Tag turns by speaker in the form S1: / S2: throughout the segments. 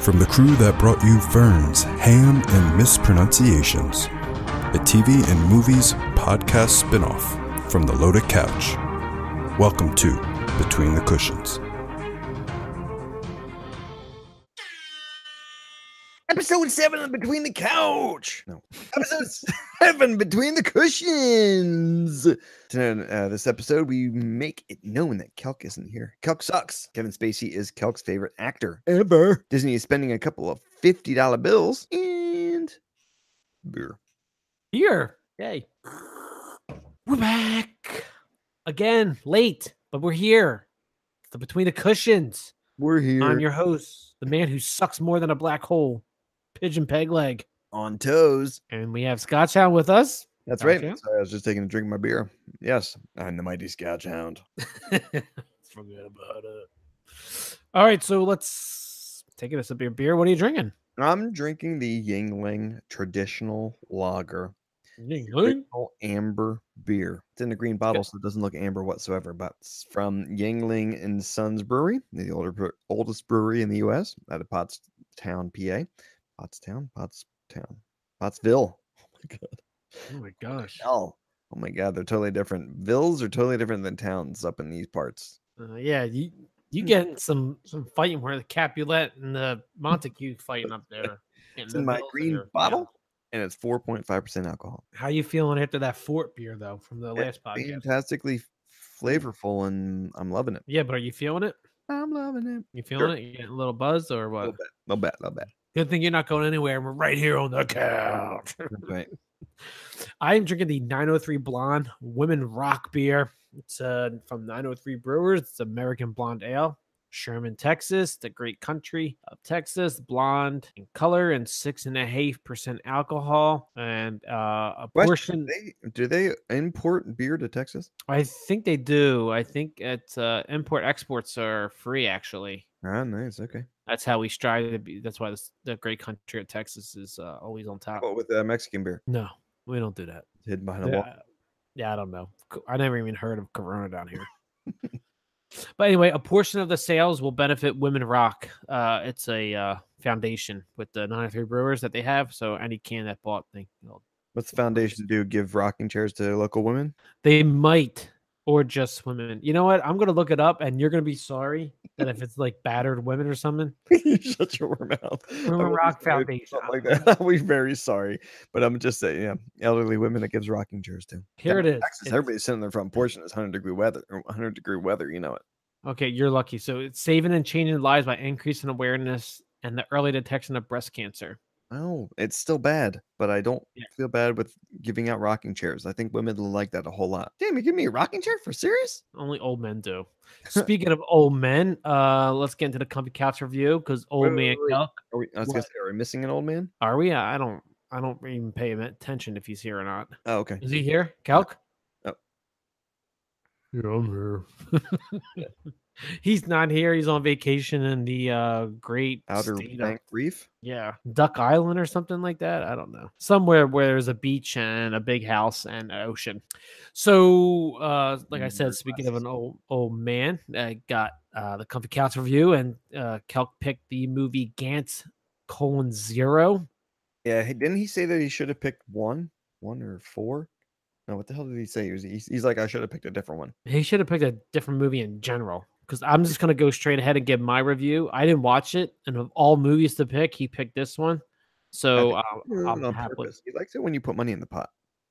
S1: from the crew that brought you Ferns, Ham, and Mispronunciations, a TV and movies podcast spinoff from the Loaded Couch. Welcome to Between the Cushions.
S2: Episode seven of Between the Couch. No, episode seven Between the Cushions. Tonight, uh, this episode, we make it known that Kelk isn't here. Kelk sucks. Kevin Spacey is Kelk's favorite actor ever. Disney is spending a couple of fifty dollar bills and beer.
S3: Here. Yay. We're back. Again, late, but we're here. It's the Between the Cushions.
S2: We're here
S3: I'm your host, the man who sucks more than a black hole, Pigeon Peg Leg.
S2: on toes.
S3: And we have Scotchhound with us.
S2: That's
S3: Gotcha.
S2: right. Sorry, I was just taking a drink of my beer. Yes, I'm the mighty Scotch Hound.
S3: Forget about it. All right, so let's take it a sip of your beer. What are you drinking?
S2: I'm drinking the Yingling traditional lager. traditional amber beer. It's in a green bottle, so it doesn't look amber whatsoever. But it's from Yingling and Sons Brewery, the older, bre- oldest brewery in the U.S. out of Pottstown, PA. Pottstown, Pottstown, Pottsville. Oh my god!
S3: Oh my gosh.
S2: Oh, oh my god! They're totally different. Villes are totally different than towns up in these parts.
S3: Uh, yeah, you
S2: Hmm.
S3: you getting some some fighting where the Capulet and the Montague fighting up there.
S2: It's in my green bottle, and it's 4.5 percent alcohol.
S3: How you feeling after that fort beer though from the
S2: Yeah,
S3: last podcast?
S2: Fantastically flavorful, and I'm loving it.
S3: Yeah, but are you feeling it?
S2: I'm loving it.
S3: You feeling it? You getting a little buzz or
S2: A
S3: what?
S2: little bit, a little bit, a little bit.
S3: Good thing you're not going anywhere. We're right here on the couch.
S2: That's right.
S3: I am drinking the 903 Blonde Women Rock Beer. It's uh, from 903 Brewers. It's American Blonde Ale, Sherman, Texas, the great country of Texas. Blonde in color and six and a half percent alcohol, and uh, a
S2: Question,
S3: portion.
S2: do they, do they import beer to Texas?
S3: I think they do. I think it's uh, import exports are free actually.
S2: Ah, nice. Okay.
S3: That's how we strive to be. That's why this, the great country of Texas is uh, always on top.
S2: What with uh, Mexican beer
S3: No, we don't do that.
S2: It's hidden behind a
S3: Yeah,
S2: wall?
S3: I- yeah, I don't know. Co- I never even heard of Corona down here. but anyway, a portion of the sales will benefit Women Rock. Uh, it's a uh, foundation with the 93 Brewers that they have. So any can that bought, they will
S2: What's the foundation do? Give rocking chairs to local women?
S3: They might, or just women. You know what? I'm gonna look it up, and you're gonna be sorry that if it's like battered women or something.
S2: You Shut your mouth. I'm
S3: Women
S2: really
S3: Rock
S2: sorry if it's
S3: Foundation.
S2: something Like that. We're very sorry, but I'm just saying, yeah, elderly women that gives rocking chairs to.
S3: Here it is.
S2: Texas,
S3: It's-
S2: everybody's sitting on their front porch and it's 100 degree weather. or 100 degree weather, you know it.
S3: Okay, you're lucky. So it's saving and changing lives by increasing awareness and the early detection of breast cancer.
S2: Oh, it's still bad, but I don't
S3: Yeah.
S2: feel bad with giving out rocking chairs. I think women will like that a whole lot. Damn, you give me a rocking chair for serious?
S3: Only old men do. Speaking of old men, uh, let's get into the comfy couch review because old
S2: wait,
S3: man
S2: wait.
S3: Kelk.
S2: Are we, I was gonna
S3: What?
S2: say, are we missing an old man?
S3: Are we? I don't. I don't even pay him attention if he's here or not.
S2: Oh, okay.
S3: Is he here, Calc?
S2: Oh.
S3: Yeah, I'm here. he's not here. He's on vacation in the uh, great
S2: Outer
S3: state of-
S2: Bank Reef.
S3: yeah, Duck Island or something like that. I don't know. Somewhere where there's a beach and a big house and an ocean. So, uh, like I
S2: Mm,
S3: said,
S2: very
S3: speaking of an old old man, I got uh, the Comfy Couch review, and uh, Kelk picked the movie Gantz colon zero.
S2: Yeah, he- didn't he say that he should have picked one, one or four? No, what the hell did he say? He was, he's, he's like, I should have picked a different one.
S3: He should have picked a different movie in general. Because I'm just gonna go straight ahead and give my review. I didn't watch it, and of all movies to pick, he picked this one. So
S2: think
S3: uh,
S2: He did it
S3: I'm
S2: on
S3: happily.
S2: purpose. He likes it when you put money in the pot.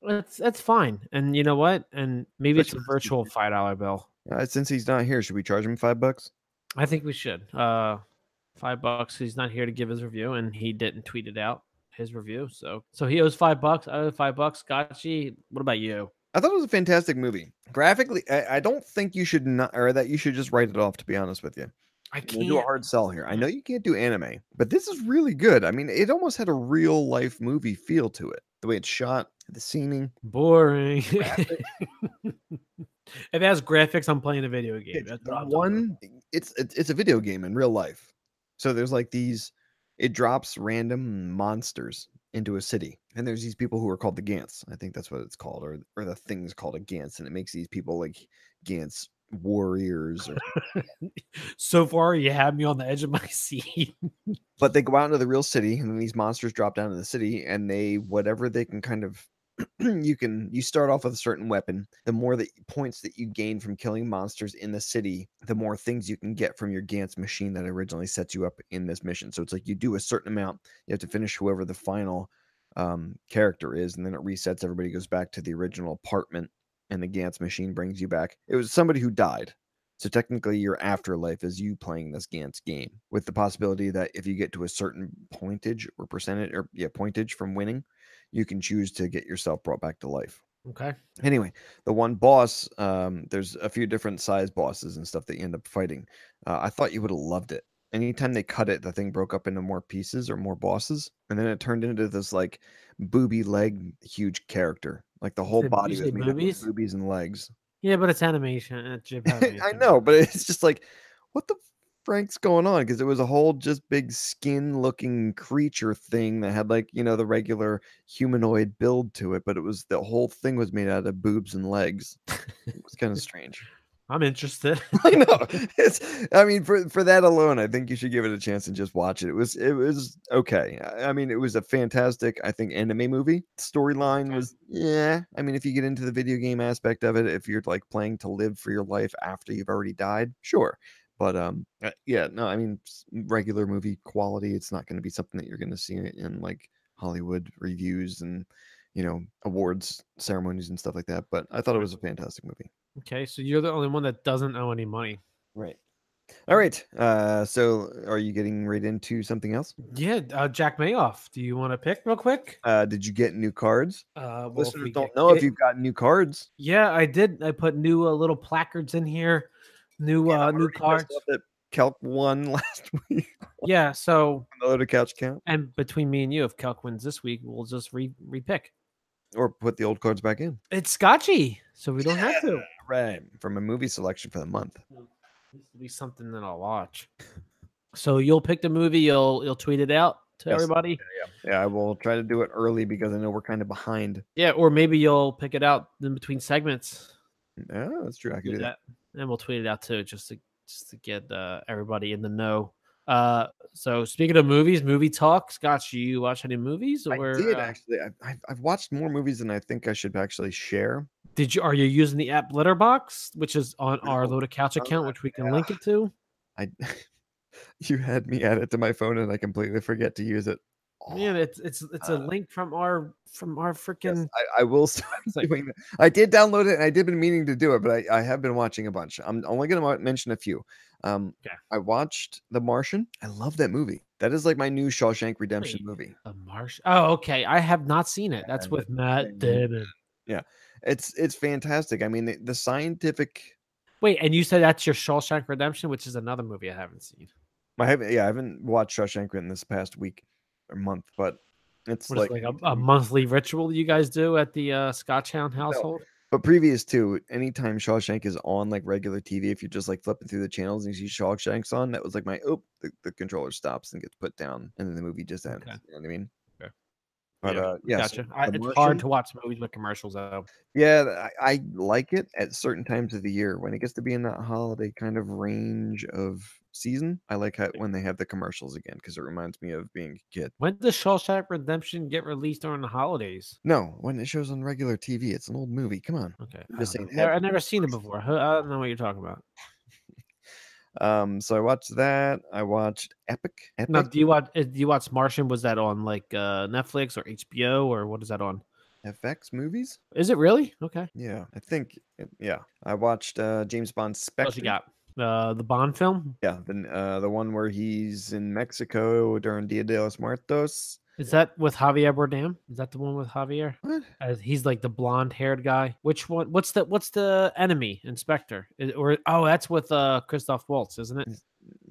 S3: That's that's fine. And you know what? And maybe it's a
S2: Especially since you
S3: virtual five dollar bill.
S2: Uh, since he's not here, should we charge him five bucks?
S3: I think we should. Uh five bucks. He's not here to give his review and he didn't tweet it out his review. So so he owes five bucks. I owe five bucks. Gotchi, what about you?
S2: I thought it was a fantastic movie. Graphically, I, I don't think you should not, or that you should just write it off. To be honest with you,
S3: I
S2: I'm gonna do a
S3: can't
S2: hard sell here. I know you can't do anime, but this is really good. I mean, it almost had a real life movie feel to it. The way it's shot, the scening,
S3: boring. if that's graphics, I'm playing a video game.
S2: It's
S3: That's
S2: the
S3: what I'm talking about.
S2: one it's it's it's a video game in real life so there's like these it drops random monsters into a city and there's these people who are called the gants i think that's what it's called or or the thing's called a gants and it makes these people like gants warriors. Or,
S3: so far, you have me on the edge of my seat.
S2: but they go out into the real city, and then these monsters drop down in the city, and they whatever they can kind of. you can you start off with a certain weapon. The more that points that you gain from killing monsters in the city, the more things you can get from your Gantz machine that originally sets you up in this mission. So it's like you do a certain amount, you have to finish whoever the final um, character is, and then it resets. Everybody goes back to the original apartment, and the Gantz machine brings you back. It was somebody who died. So technically, your afterlife is you playing this Gantz game with the possibility that if you get to a certain pointage or percentage or yeah, pointage from winning, you can choose to get yourself brought back to life.
S3: Okay.
S2: Anyway, the one boss, um, there's a few different size bosses and stuff that you end up fighting. Uh, I thought you would have loved it. Anytime they cut it, the thing broke up into more pieces or more bosses, and then it turned into this like booby leg huge character. Like the whole
S3: said-
S2: body
S3: you
S2: was
S3: said
S2: made up of
S3: boobies?
S2: boobies and legs.
S3: Yeah, but it's animation. uh, Jim Henson.
S2: I know, but it's just like, what the frank's going on? Because it was a whole just big skin looking creature thing that had like, you know, the regular humanoid build to it, but it was the whole thing was made out of boobs and legs. It was kind of strange.
S3: I'm interested.
S2: I know. It's I mean, for for that alone, I think you should give it a chance and just watch it. It was it was okay. I, I mean, it was a fantastic, I think, anime movie. Storyline
S3: Okay.
S2: was yeah. I mean, if you get into the video game aspect of it, if you're like playing to live for your life after you've already died, sure. But um, uh, yeah, no, I mean, s- regular movie quality. It's not going to be something that you're going to see in- in like Hollywood reviews and you know awards ceremonies and stuff like that. But I thought it was a fantastic movie.
S3: Okay, so you're the only one that doesn't owe any money.
S2: Right. All right. Uh, so are you getting right into something else?
S3: Yeah, uh, Jack Mayoff. Do you want to pick real quick?
S2: Uh, did you get new cards?
S3: Uh, well, if
S2: Listeners
S3: we
S2: don't
S3: get-
S2: know if
S3: it-
S2: you've got new cards.
S3: Yeah, I did. I put new uh, little placards in here, new
S2: Yeah,
S3: uh,
S2: I'm
S3: new
S2: already pissed
S3: cards.
S2: off That Calc won last week.
S3: Yeah. So,
S2: Another couch count,
S3: and between me and you, if Kelk wins this week, we'll just re repick.
S2: or put the old cards back in.
S3: It's Scotchy, so we don't have to.
S2: Right. From a movie selection for the month.
S3: This will be something that I'll watch. So you'll pick the movie. You'll you'll tweet it out to
S2: Yes.
S3: everybody.
S2: Yeah, I will try to do it early because I know we're kind of behind.
S3: Yeah, or maybe you'll pick it out in between segments.
S2: Oh, that's true. I can
S3: do
S2: do that.
S3: that, and we'll tweet it out too, just to just to get uh, everybody in the know. Uh, so speaking of movies, movie talk, Scotch, you watch any movies? Or
S2: I did
S3: uh,
S2: actually. I, I've, I've watched more movies than I think I should actually share.
S3: did you are you using the app Letterbox, which is on our
S2: No, Oh,
S3: Loaded Couch
S2: I'm
S3: account,
S2: not-
S3: which we can
S2: yeah.
S3: link it to?
S2: I. you had me add it to my phone, and I completely forget to use it.
S3: Man, it's it's it's a
S2: Oh, uh,
S3: link from our from our
S2: Yes,
S3: freaking
S2: I, I will start
S3: website.
S2: doing that. I did download it and I did been meaning to do it, but I, I have been watching a bunch. I'm only going to mention a few. Um,
S3: Okay.
S2: I watched The Martian. I love that movie. That is like my new Shawshank Redemption
S3: Wait.
S2: movie.
S3: The Martian. Oh, okay. I have not seen it. That's
S2: Yeah,
S3: with Matt
S2: Damon.
S3: Damon.
S2: It's it's fantastic. I mean, the, the scientific.
S3: Wait, and you said that's your Shawshank Redemption, which is another movie I haven't seen.
S2: I haven't yeah I haven't watched Shawshank in this past week or month, but it's
S3: What is
S2: like,
S3: it, like, a, a monthly ritual you guys do at the uh, Scotchhound household?
S2: But previous to anytime Shawshank is on like regular TV, if you're just like flipping through the channels and you see Shawshank's on, that was like my oh, the, the controller stops and gets put down, and then the movie just ends.
S3: Okay.
S2: You know what I mean?
S3: Okay.
S2: But
S3: Yeah,
S2: uh, yeah, so-
S3: gotcha. I,
S2: The
S3: it's hard
S2: Martian-
S3: to watch movies with commercials though.
S2: yeah, th- I, I like it at certain times of the year when it gets to be in that holiday kind of range of season. I like how, when they have the commercials again because it reminds me of being a kid.
S3: When does Shawshank Redemption get released during the holidays?
S2: No, when it shows on regular TV, it's an old movie. Come on.
S3: Okay,
S2: I'm
S3: I
S2: just
S3: don't
S2: saying
S3: know. Never-
S2: have
S3: I've never seen it before. Huh, I don't know what you're talking about.
S2: Um, so I watched that. I watched Epic. Epic.
S3: Now, do you watch? uh, Do you watch Martian? Was that on like uh, Netflix or HBO or what is that on?
S2: FX movies?
S3: Is it really? Okay.
S2: Yeah, I think it- yeah. I watched uh James Bond
S3: What else
S2: Spectre.
S3: you got? Uh, the Bond film.
S2: Yeah, the n- uh, the one where he's in Mexico during Dia de los Muertos.
S3: Is that with Javier Bardem? Is that the one with Javier?
S2: What?
S3: As he's like the blonde-haired guy. Which one? What's the what's the enemy inspector? Is- Or oh, that's with uh Christoph Waltz, isn't it?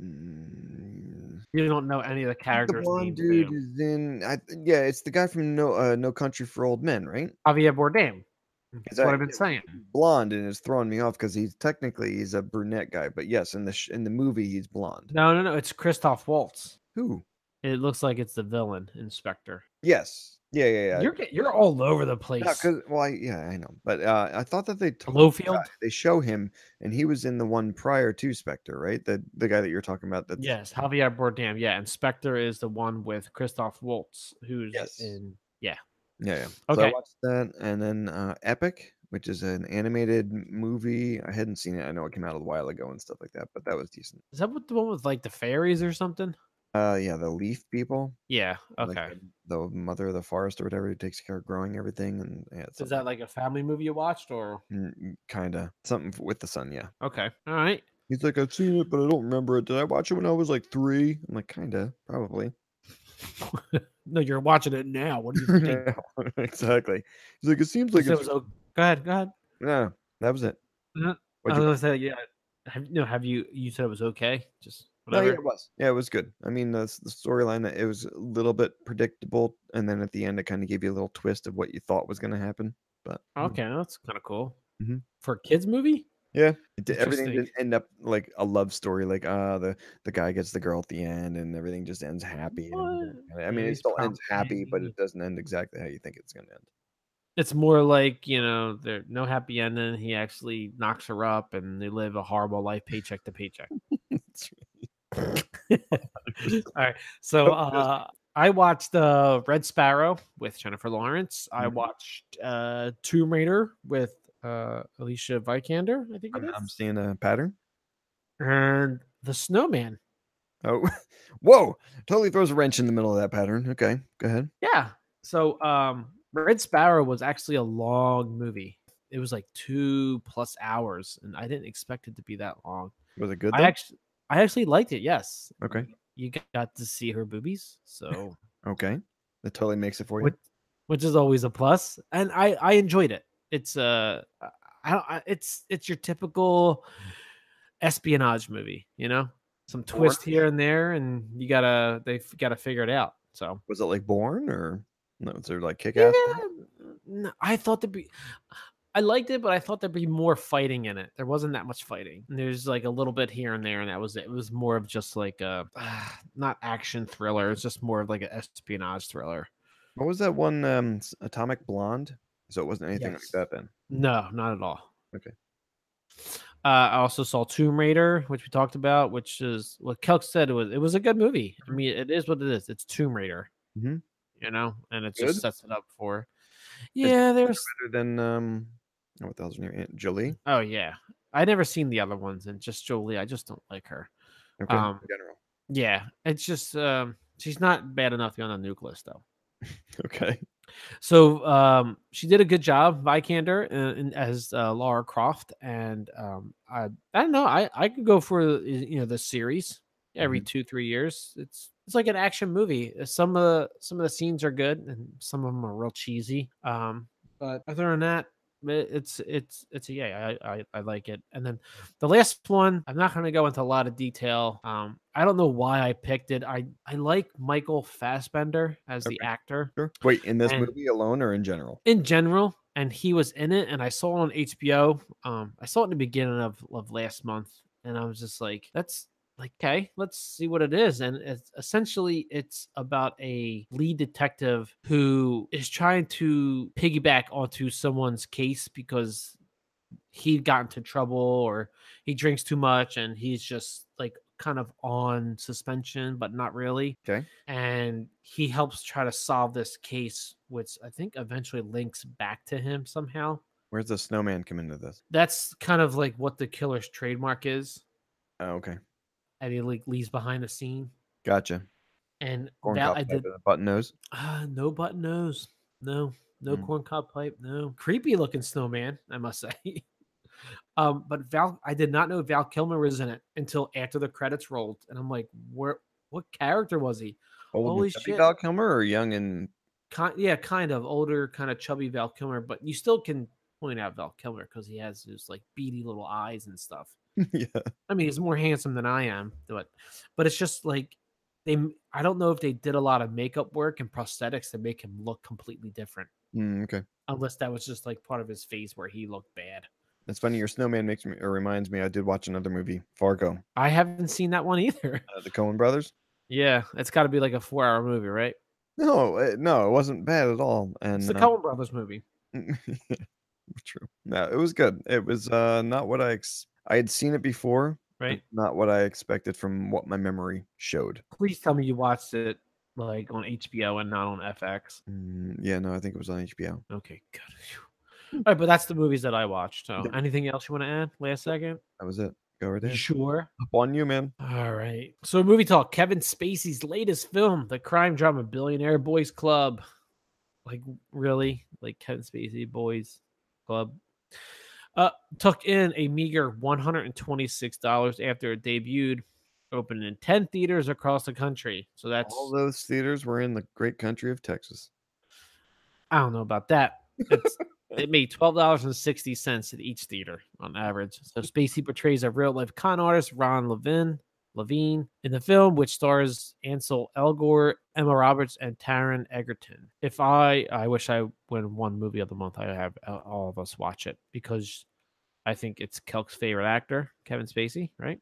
S2: Mm,
S3: You don't know any of the
S2: I think
S3: characters.
S2: The blonde
S3: names, do
S2: dude
S3: you?
S2: is in. I, th- yeah, it's the guy from No uh, No Country for Old Men, right?
S3: Javier Bardem. That's what
S2: that-
S3: I've been saying.
S2: Blonde, and it's throwing me off because he's technically he's a brunette guy, but yes, in the sh- in the movie he's blonde.
S3: No, no, no. It's Christoph Waltz.
S2: Who?
S3: It looks like it's the villain inspector.
S2: Yes, Yeah, yeah, yeah.
S3: You're get- you're all over the place.
S2: No, 'cause- well, I, yeah, I know, but uh, I thought that they told
S3: Blowfield?
S2: they show him, and he was in the one prior to Spectre, right? The the guy that you're talking about. That
S3: Yes, Javier Bardem. Yeah, Inspector is the one with Christoph Waltz, who's
S2: Yes.
S3: in.
S2: yeah, yeah. So I
S3: Okay.
S2: watched that, and then uh, Epic, which is an animated m- movie. I hadn't seen it. I know it came out a while ago and stuff like that, but that was decent.
S3: Is that what the one with like the fairies or something?
S2: Uh, yeah, the Leaf people.
S3: Yeah. Okay.
S2: like, the the mother of the forest or whatever who takes care of growing everything, and yeah, it's
S3: is that like a family movie you watched or?
S2: kind of something f- with the sun? Yeah.
S3: Okay. All right.
S2: He's like, I've seen it, but I don't remember it. Did I watch it when I was like three? I'm like, kinda, probably.
S3: no, you're watching it now. What do you think?
S2: exactly. He's like, it seems like
S3: It
S2: it's
S3: was o- go ahead. Go ahead.
S2: yeah. That was it.
S3: Uh,
S2: What'd
S3: I
S2: you-
S3: was gonna say, yeah. Have, no, have you? You said it was okay. Just
S2: No,
S3: whatever.
S2: yeah, it was. Yeah, it was good. I mean, the, s- the storyline it was a little bit predictable, and then at the end, it kind of gave you a little twist of what you thought was going to happen. But mm, you know,
S3: Okay, that's kind of cool.
S2: Mhm.
S3: For a kids movie?
S2: it di- everything
S3: Interesting.
S2: didn't end up like a love story. Like, uh, the the guy gets the girl at the end, and everything just ends happy. and everything. I mean, it
S3: he's
S2: still ends happy, but
S3: probably-
S2: it doesn't end exactly how you think it's going to end.
S3: It's more like, you know, there no happy ending. He actually knocks her up and they live a horrible life paycheck to paycheck. All right. So
S2: Nope, just-
S3: uh I watched uh, Red Sparrow with Jennifer Lawrence. I
S2: Mhm.
S3: watched uh Tomb Raider with uh Alicia Vikander, I think it
S2: I'm, I'm
S3: is.
S2: seeing a pattern.
S3: And The Snowman.
S2: Oh, whoa! Totally throws a wrench in the middle of that pattern. Okay, go ahead.
S3: Yeah. So um Red Sparrow was actually a long movie. It was like two plus hours, and I didn't expect it to be that long.
S2: Was it good?
S3: I
S2: though?
S3: actually I actually liked it, yes.
S2: okay,
S3: You g- got to see her boobies, so
S2: okay. That totally makes it for you.
S3: which, which is always a plus. And I I enjoyed it. It's uh I- I, don't- I it's it's your typical espionage movie, you know? Some twist
S2: Bourne?
S3: here and there, and you gotta they've gotta figure it out. So
S2: Was it like Born or no? Was there like Kick
S3: Yeah,
S2: Ass?
S3: n- I thought there'd be. I liked it, but I thought there'd be more fighting in it. There wasn't that much fighting. There's like a little bit here and there, and that was it. It was more of just like a not action thriller. It's just more of like an espionage thriller.
S2: What was that one? Um, s- Atomic Blonde. So it wasn't anything
S3: Yes.
S2: like that then.
S3: No, not at all.
S2: Okay.
S3: Uh, I also saw Tomb Raider, which we talked about, which is what Kelk said it was. It was a good movie.
S2: Mm-hmm.
S3: I mean, it is what it is. It's Tomb Raider,
S2: Mhm.
S3: you know, and it
S2: Good?
S3: just sets it up for. Yeah, there's
S2: Better than um, oh, what the hell's her name? Aunt Jolie.
S3: Oh yeah, I never seen the other ones, and just Jolie, I just don't like her.
S2: Okay,
S3: Um,
S2: in general.
S3: Yeah, it's just um, she's not bad enough to be on the nucleus though.
S2: Okay.
S3: So um, she did a good job, Vikander, uh, in- as uh, Laura Croft, and um, I, I don't know, I I could go for uh, you know the series every two three years. It's it's like an action movie. Uh, Some of the some of the scenes are good, and some of them are real cheesy. Um, but other than that. i- It's it's it's a yeah I, I I like it and then the last one I'm not going to go into a lot of detail um I don't know why I picked it I I like Michael Fassbender as the
S2: Okay.
S3: actor
S2: Sure. Wait, in this
S3: And-
S2: movie alone or in general?
S3: in general and he was in it and i saw it on hbo um i saw it in the beginning of, of last month and i was just like that's like okay let's see what it is and it's, essentially it's about a lead detective who is trying to piggyback onto someone's case because he got into trouble or he drinks too much and he's just like kind of on suspension but not really
S2: Okay.
S3: and he helps try to solve this case, which I think eventually links back to him somehow.
S2: Where's the snowman come into this?
S3: That's kind of like what the killer's trademark is,
S2: Oh, okay.
S3: and he like leaves behind the scene.
S2: Gotcha.
S3: And
S2: Corn
S3: that
S2: cob
S3: I
S2: pipe
S3: did.
S2: with a button nose.
S3: Uh, no button nose, no, no
S2: Mm.
S3: corn cob pipe, no creepy looking snowman, I must say. um, but Val, I did not know Val Kilmer was in it until after the credits rolled, and I'm like, where? What character was he?
S2: Old and
S3: Holy
S2: chubby
S3: shit.
S2: Val Kilmer or young and
S3: kind, yeah, kind of older, kind of chubby Val Kilmer, but you still can point out Val Kilmer because he has his like beady little eyes and stuff.
S2: yeah.
S3: I mean, he's more handsome than I am, but but it's just like they. m- I don't know if they did a lot of makeup work and prosthetics to make him look completely different,
S2: Mm, okay.
S3: unless that was just like part of his face where he looked bad.
S2: It's funny. Your snowman makes me or reminds me. I did watch another movie, Fargo.
S3: I haven't seen that one either.
S2: Uh, the Coen Brothers.
S3: Yeah, it's got to be like a four-hour movie, right?
S2: No, it, no, it wasn't bad at all. And
S3: It's the
S2: uh,
S3: Coen Brothers movie.
S2: true. No, it was good. It was uh, not what I ex- I had seen it before, but
S3: Right?
S2: not what I expected from what my memory showed.
S3: Please tell me you watched it like on HBO and not on FX.
S2: Mm, yeah, no, I think it was on HBO.
S3: Okay, good. Phew. All right, but that's the movies that I watched. So,
S2: Yeah.
S3: anything else you want to add? Last second?
S2: That was it. Go right there.
S3: Sure.
S2: Up on you, man.
S3: All right. So, movie talk Kevin Spacey's latest film, the crime drama Billionaire Boys Club. Like, really? Like, Kevin Spacey Boys Club? Uh, took in a meager $126 after it debuted, opened in 10 theaters across the country. So, that's,
S2: All those theaters were in the great country of Texas.
S3: I don't know about that. It's, it made $12.60 at each theater on average. So, Spacey portrays a real life con artist, Ron Levin, Levine in the film, which stars Ansel Elgort, Emma Roberts, and Taryn Egerton. If I, I wish I win one movie of the month, I have uh, all of us watch it because I think it's Kelk's favorite actor, Kevin Spacey, right?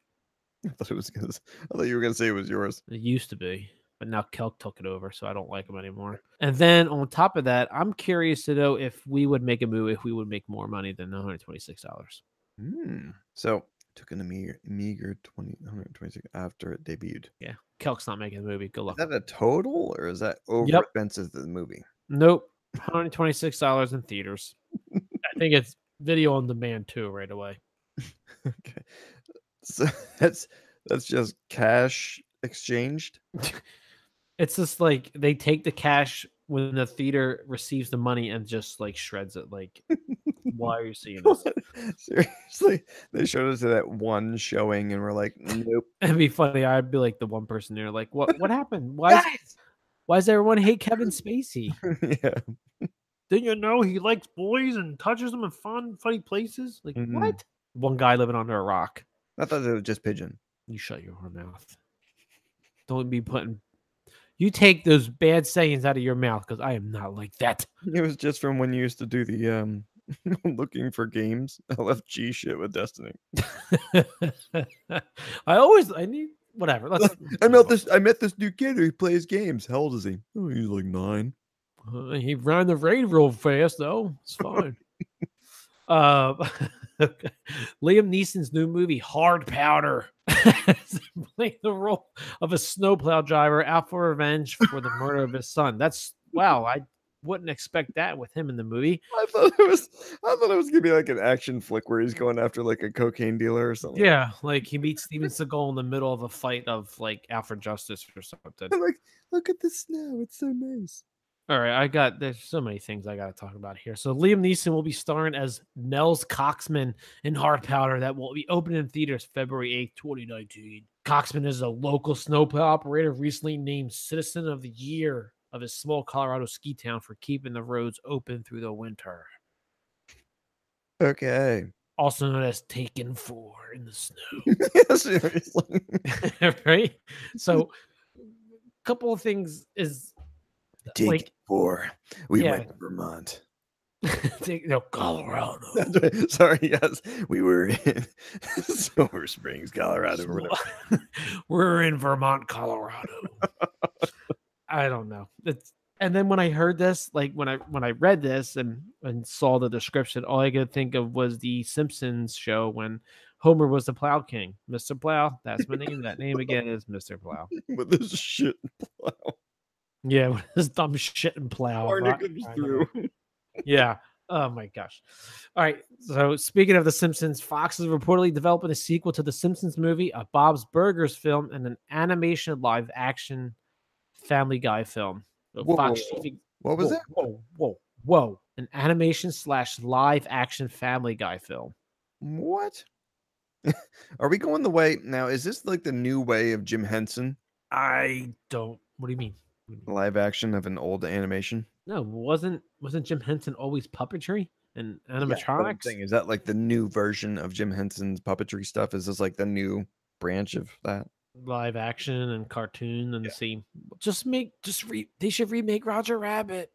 S2: I thought it was. Gonna, s- I thought you were gonna say it was yours.
S3: It used to be, but now Kelk took it over, so I don't like him anymore. And then on top of that, I'm curious to know if we would make a movie if we would make more money than $126.
S2: Hmm. So took in a meager, meager 20, 126 after it debuted.
S3: Yeah, Kelk's not making the movie. Good
S2: Is
S3: luck.
S2: that a total or is that over
S3: Yep.
S2: expenses to the movie?
S3: Nope. $126 in theaters. I think it's video on demand too, right away.
S2: Okay. So that's that's just cash exchanged.
S3: It's just like they take the cash when the theater receives the money and just like shreds it. Like, why are you seeing this?
S2: Seriously, they showed us that one showing, and we're like, nope.
S3: It'd be funny. I'd be like the one person there, like, what what happened? Why is, why does everyone hate Kevin Spacey?
S2: yeah.
S3: Didn't you know he likes boys and touches them in fun, funny places? Like
S2: Mhm.
S3: what? One guy living under a rock.
S2: I thought it was just pigeon.
S3: You shut your whore mouth. Don't be putting. You take those bad sayings out of your mouth because I am not like that.
S2: It was just from when you used to do the um looking for games LFG shit with Destiny.
S3: I always I need whatever. Let's.
S2: I met this. I met this new kid who plays games. How old is he? Oh, he's like nine.
S3: Uh, he ran the raid real fast though. It's fine. uh, okay. Liam Neeson's new movie, Hard Powder, playing the role of a snowplow driver out for revenge for the murder of his son. That's wow. I wouldn't expect that with him in the movie.
S2: I thought it was. I thought it was gonna be like an action flick where he's going after like a cocaine dealer or something.
S3: Yeah, like he meets Steven Seagal in the middle of a fight of like out for justice or something.
S2: like, look at the snow. It's so nice.
S3: All right, I got there's so many things I got to talk about here. So Liam Neeson will be starring as Nels Coxman in Hard Powder that will be opening in theaters February 8th, 2019. Coxman is a local snowplow operator recently named Citizen of the Year of his small Colorado ski town for keeping the roads open through the winter,
S2: Okay.
S3: also known as Taken 4 in the snow.
S2: Seriously.
S3: right? So a couple of things is
S2: Take
S3: Like-
S2: four. We
S3: Yeah.
S2: went to Vermont.
S3: take no Colorado.
S2: That's right. Sorry, yes. We were in Silver Springs, Colorado. or whatever.
S3: Sm- We're in Vermont, Colorado. I don't know. It's, and then when I heard this, like when I when I read this and and saw the description, all I could think of was the Simpsons show when Homer was the Plow King, Mr. Plow. That's my name. That name again is Mr. Plow.
S2: With this shit plow.
S3: Yeah, with his dumb shit and plow.
S2: Barney
S3: Ro-
S2: comes
S3: I know.
S2: through.
S3: yeah. Oh my gosh. All right. So speaking of The Simpsons, Fox is reportedly developing a sequel to The Simpsons movie, a Bob's Burgers film, and an animation live action Family Guy film. So
S2: Whoa,
S3: Fox
S2: whoa, whoa.
S3: chief ex-
S2: What was
S3: whoa,
S2: that?
S3: Whoa, whoa, whoa. An animation slash live action Family Guy film.
S2: What? Are we going the way now? Is this like the new way of Jim Henson?
S3: I don't. What do you mean?
S2: Live action of an old animation?
S3: No, wasn't wasn't Jim Henson always puppetry and
S2: Yeah, that's what I'm
S3: animatronics?
S2: saying, Is that like the new version of Jim Henson's puppetry stuff? Is this like the new branch of that?
S3: live action and cartoon and
S2: Yeah.
S3: the same. Just make, just re. They should remake Roger Rabbit.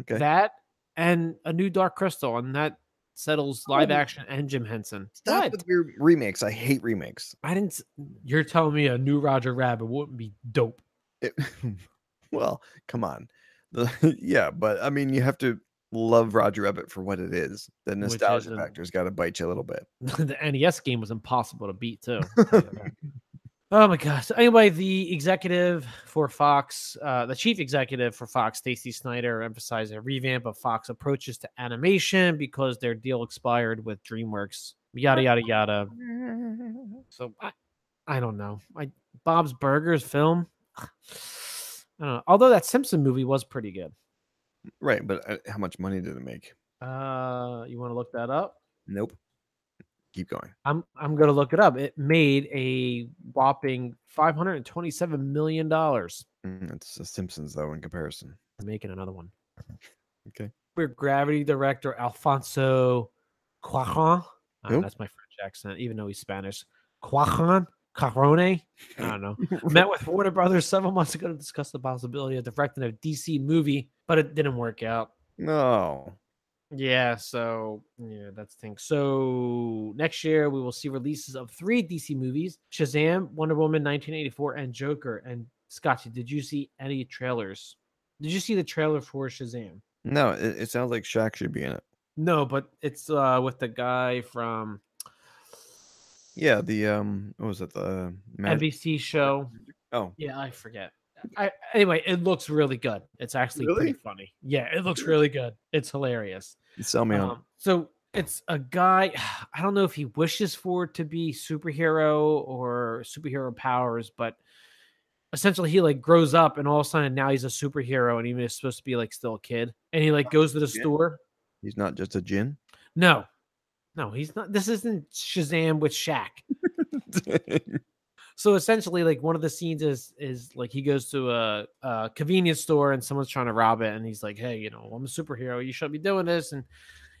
S2: Okay.
S3: That and a new Dark Crystal, and that settles live
S2: Oh.
S3: action and Jim Henson.
S2: Stop
S3: What?
S2: with your remakes. I hate remakes.
S3: I didn't. s- You're telling me a new Roger Rabbit wouldn't be dope?
S2: It- Well, come on. The- yeah, but I mean, you have to love Roger Rabbit for what it is. The
S3: Which
S2: nostalgia
S3: isn't-
S2: factor's got to bite you a little bit.
S3: the NES game was impossible to beat too. oh my gosh. So anyway, the executive for Fox, uh, the chief executive for Fox, Stacy Snyder, emphasized a revamp of Fox approaches to animation because their deal expired with DreamWorks. Yada yada yada. So I, I don't know. I Bob's Burgers film. I don't know. Although that Simpson movie was pretty good.
S2: Right, but uh, how much money did it make?
S3: Uh, you want to look that up?
S2: Nope. Keep going.
S3: I'm I'm gonna look it up. It made a whopping five hundred and twenty-seven million dollars.
S2: Mm, It's the Simpsons though in comparison.
S3: Making another one.
S2: Okay.
S3: Where Gravity director Alfonso Cuarón. I don't
S2: Who?
S3: know, that's my French accent, even though he's Spanish. Cuarón, Cuarone. I don't know. Met with Warner Brothers several months ago to discuss the possibility of directing a DC movie, but it didn't work out.
S2: No.
S3: Yeah, so yeah, that's the thing. So next year we will see releases of three DC movies: Shazam, Wonder Woman, 1984, and Joker. And Scotty, did you see any trailers? Did you see the trailer for Shazam?
S2: No, it, it sounds like Shaq should be in it.
S3: No, but it's uh with the guy from
S2: Yeah, the um what was it? The Mad-
S3: NBC show.
S2: Oh,
S3: Yeah, I forget. I anyway, it looks really good. It's actually
S2: Really?
S3: pretty funny. Yeah, it looks really good. It's hilarious.
S2: sell me on it.
S3: Um, so it's a guy. I don't know if he wishes for it to be superhero or superhero powers, but essentially he like grows up and all of a sudden now he's a superhero and he was supposed to be like still a kid. And he like goes to the
S2: Yeah.
S3: store.
S2: He's not just a gin.
S3: No, no, he's not. This isn't Shazam with Shaq. So essentially, like one of the scenes is is like he goes to a, a convenience store and someone's trying to rob it, and he's like, "Hey, you know, I'm a superhero. You shouldn't be doing this." And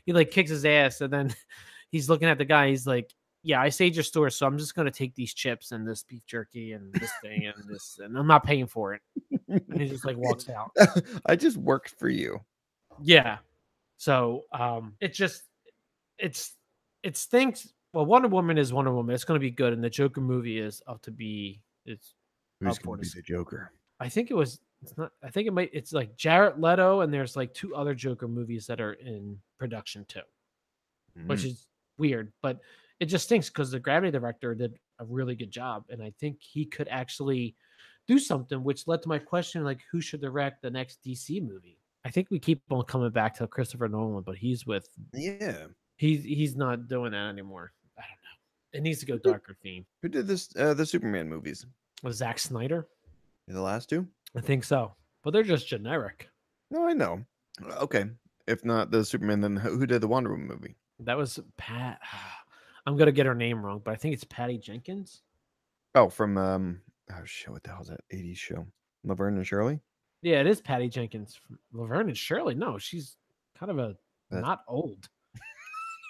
S3: he like kicks his ass, and then he's looking at the guy. He's like, "Yeah, I saved your store, so I'm just gonna take these chips and this beef jerky and this thing and this, and I'm not paying for it." And he just like walks out.
S2: I just worked for you.
S3: Yeah. So um it just it's it stinks. Well, Wonder Woman is Wonder Woman. It's gonna be good, and the Joker movie is up to be it's
S2: Who's
S3: Up
S2: going to
S3: for
S2: be
S3: this.
S2: the Joker?
S3: I think it was it's not I think it might it's like Jarrett Leto and there's like two other Joker movies that are in production too,
S2: Mm.
S3: which is weird, but it just stinks because the Gravity director did a really good job and I think he could actually do something which led to my question like who should direct the next DC movie? I think we keep on coming back to Christopher Nolan, but he's with
S2: yeah.
S3: he's he's not doing that anymore. I don't know. It needs to go darker theme.
S2: Who did this? Uh, the Superman movies.
S3: Was Zack Snyder?
S2: The last two?
S3: I think so. But they're just generic.
S2: No, I know. Okay. If not the Superman, then who who did the Wonder Woman movie?
S3: That was Pat. I'm gonna get her name wrong, but I think it's Patty Jenkins.
S2: Oh, from um, oh shit, what the hell is that '80s show? Laverne and Shirley.
S3: Yeah, it is Patty Jenkins. from Laverne and Shirley. No, she's kind of a
S2: That's-
S3: not old.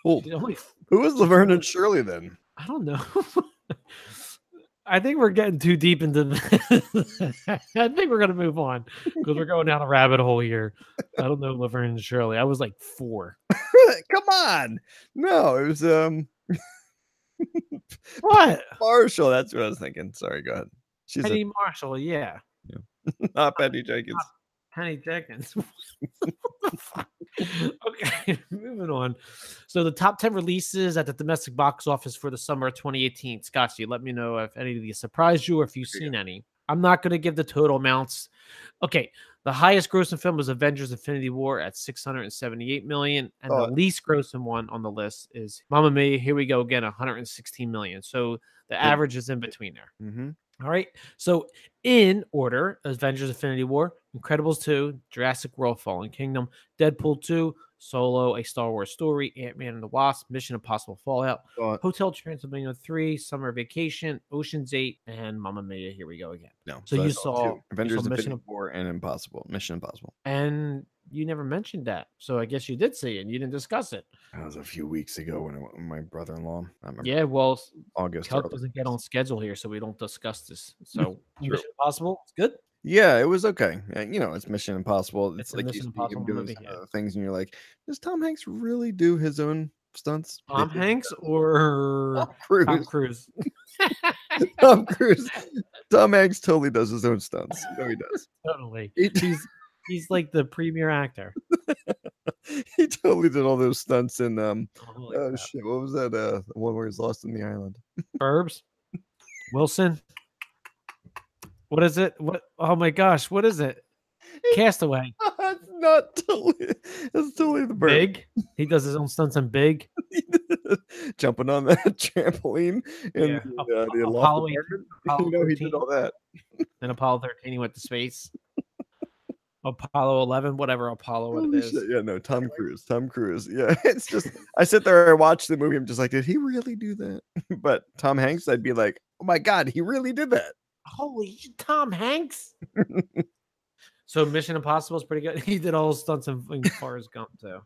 S2: Old.
S3: She's only f-
S2: Who was Laverne and Shirley then?
S3: I don't know. I think we're getting too deep into. The I think we're gonna move on because we're going down a rabbit hole here. I don't know Laverne and Shirley. I was like four.
S2: Come on. No, it was um
S3: What?
S2: Marshall. That's what I was thinking. Sorry, go ahead. She's
S3: Penny Marshall. Yeah,
S2: a, not Patty Jenkins.
S3: Penny Jenkins. What the fuck? okay, moving on. So the top ten releases at the domestic box office for the summer of 2018. Scott, you let me know if any of these surprised you or if you've
S2: Yeah.
S3: seen any. I'm not going to give the total amounts. Okay, the highest grossing film was Avengers: Infinity War at 678 million, and
S2: Oh.
S3: the least grossing one on the list is Mamma Mia. Here we go again, 116 million. So the average is in between there.
S2: Mm-hmm.
S3: All right. So in order, Avengers Infinity War, Incredibles 2, Jurassic World Fallen Kingdom, Deadpool 2, Solo, A Star Wars Story, Ant-Man and the Wasp, Mission Impossible Fallout,
S2: Saw it.
S3: Hotel Transylvania 3, Summer Vacation, Ocean's 8, and Mamma Mia, here we go again.
S2: No.
S3: So
S2: I
S3: you
S2: two.
S3: saw- you saw
S2: Avengers
S3: Mission
S2: Infinity
S3: Im-
S2: War and Impossible. Mission Impossible.
S3: And you never mentioned that. So I guess you did see it and you didn't discuss it.
S2: That was a few weeks ago when I went with my brother-in-law. I remember
S3: Yeah, well, s-
S2: August. or
S3: Kelp
S2: other-
S3: doesn't get on schedule here, so we don't discuss this. So
S2: True.
S3: Mission Impossible, it's good.
S2: Yeah, it was okay. Uh, You know, it's Mission Impossible. It's,
S3: It's a
S2: like
S3: Mission
S2: you see him
S3: Impossible
S2: doing
S3: movie,
S2: some
S3: yeah.
S2: other things, and you're like, does Tom Hanks really do his own stunts? They
S3: Tom
S2: did
S3: Hanks or
S2: Tom Cruise.
S3: Tom Cruise?
S2: Tom Cruise. Tom Hanks totally does his own stunts. No, he does.
S3: totally.
S2: He,
S3: He's he's like the premier actor.
S2: he totally did all those stunts in um.
S3: Holy
S2: Oh
S3: crap.
S2: shit! What was that? Uh, the one where he's lost in the island.
S3: Burbs. Wilson. What is it? What? Oh my gosh! What is it? Castaway.
S2: that's not totally. That's totally the bird.
S3: Big. He does his own stunts in Big.
S2: jumping on that trampoline in
S3: Yeah.
S2: the, uh, the
S3: Apollo
S2: loft
S3: 18,
S2: apartment.
S3: Apollo
S2: you know he did
S3: 13.
S2: all that.
S3: Then Apollo 13, he went to space. Apollo 11, whatever Apollo it
S2: Holy
S3: is.
S2: shit, Yeah, no, Tom Cruise. Tom Cruise. Yeah, it's just I sit there and watch the movie. I'm just like, did he really do that? But Tom Hanks, I'd be like, oh my god, he really did that.
S3: Holy sh- Tom Hanks. so Mission Impossible is pretty good. He did all his stunts in, in Forrest Gump too.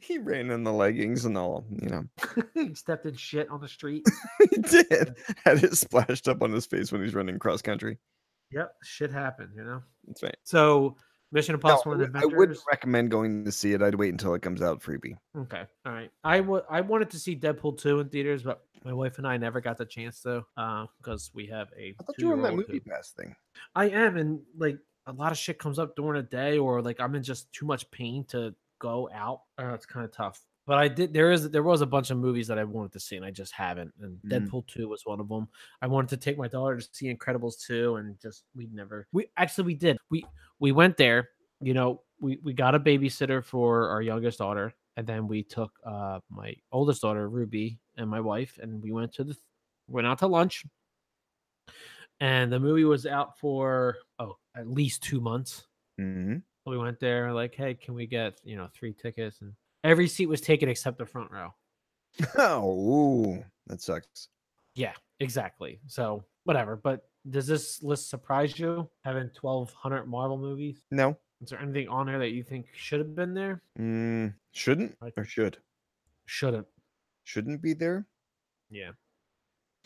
S2: He ran in the leggings and all. You know,
S3: he stepped in shit on the street.
S2: he did. Had it splashed up on his face when he's running cross country.
S3: Yep, shit happened, you know.
S2: That's right.
S3: So Mission
S2: No,
S3: Impossible
S2: I
S3: and
S2: would- I
S3: Adventures.
S2: wouldn't recommend going to see it. I'd wait until it comes out freebie.
S3: Okay. All right. I wa- I wanted to see Deadpool 2 in theaters, but my wife and I never got the chance though, because we have a.
S2: I thought you were on that
S3: two-year-old who-
S2: movie pass thing.
S3: I am, and like a lot of shit comes up during the day, or like I'm in just too much pain to go out. Uh, it's kind of tough. But I did. There is there was a bunch of movies that I wanted to see, and I just haven't. And
S2: Mm.
S3: Deadpool two was one of them. I wanted to take my daughter to see Incredibles two, and just we never. We actually we did. We we went there. You know, we we got a babysitter for our youngest daughter, and then we took uh my oldest daughter Ruby and my wife, and we went to the went out to lunch and the movie was out for oh at least two months
S2: hmm
S3: So we went there like hey can we get you know three tickets and every seat was taken except the front row
S2: Oh, ooh, that sucks.
S3: yeah exactly so whatever but does this list surprise you having 1200 marvel movies
S2: No,
S3: is there anything on there that you think should have been there
S2: Mm, shouldn't
S3: Like-
S2: or should
S3: shouldn't
S2: shouldn't be there.
S3: yeah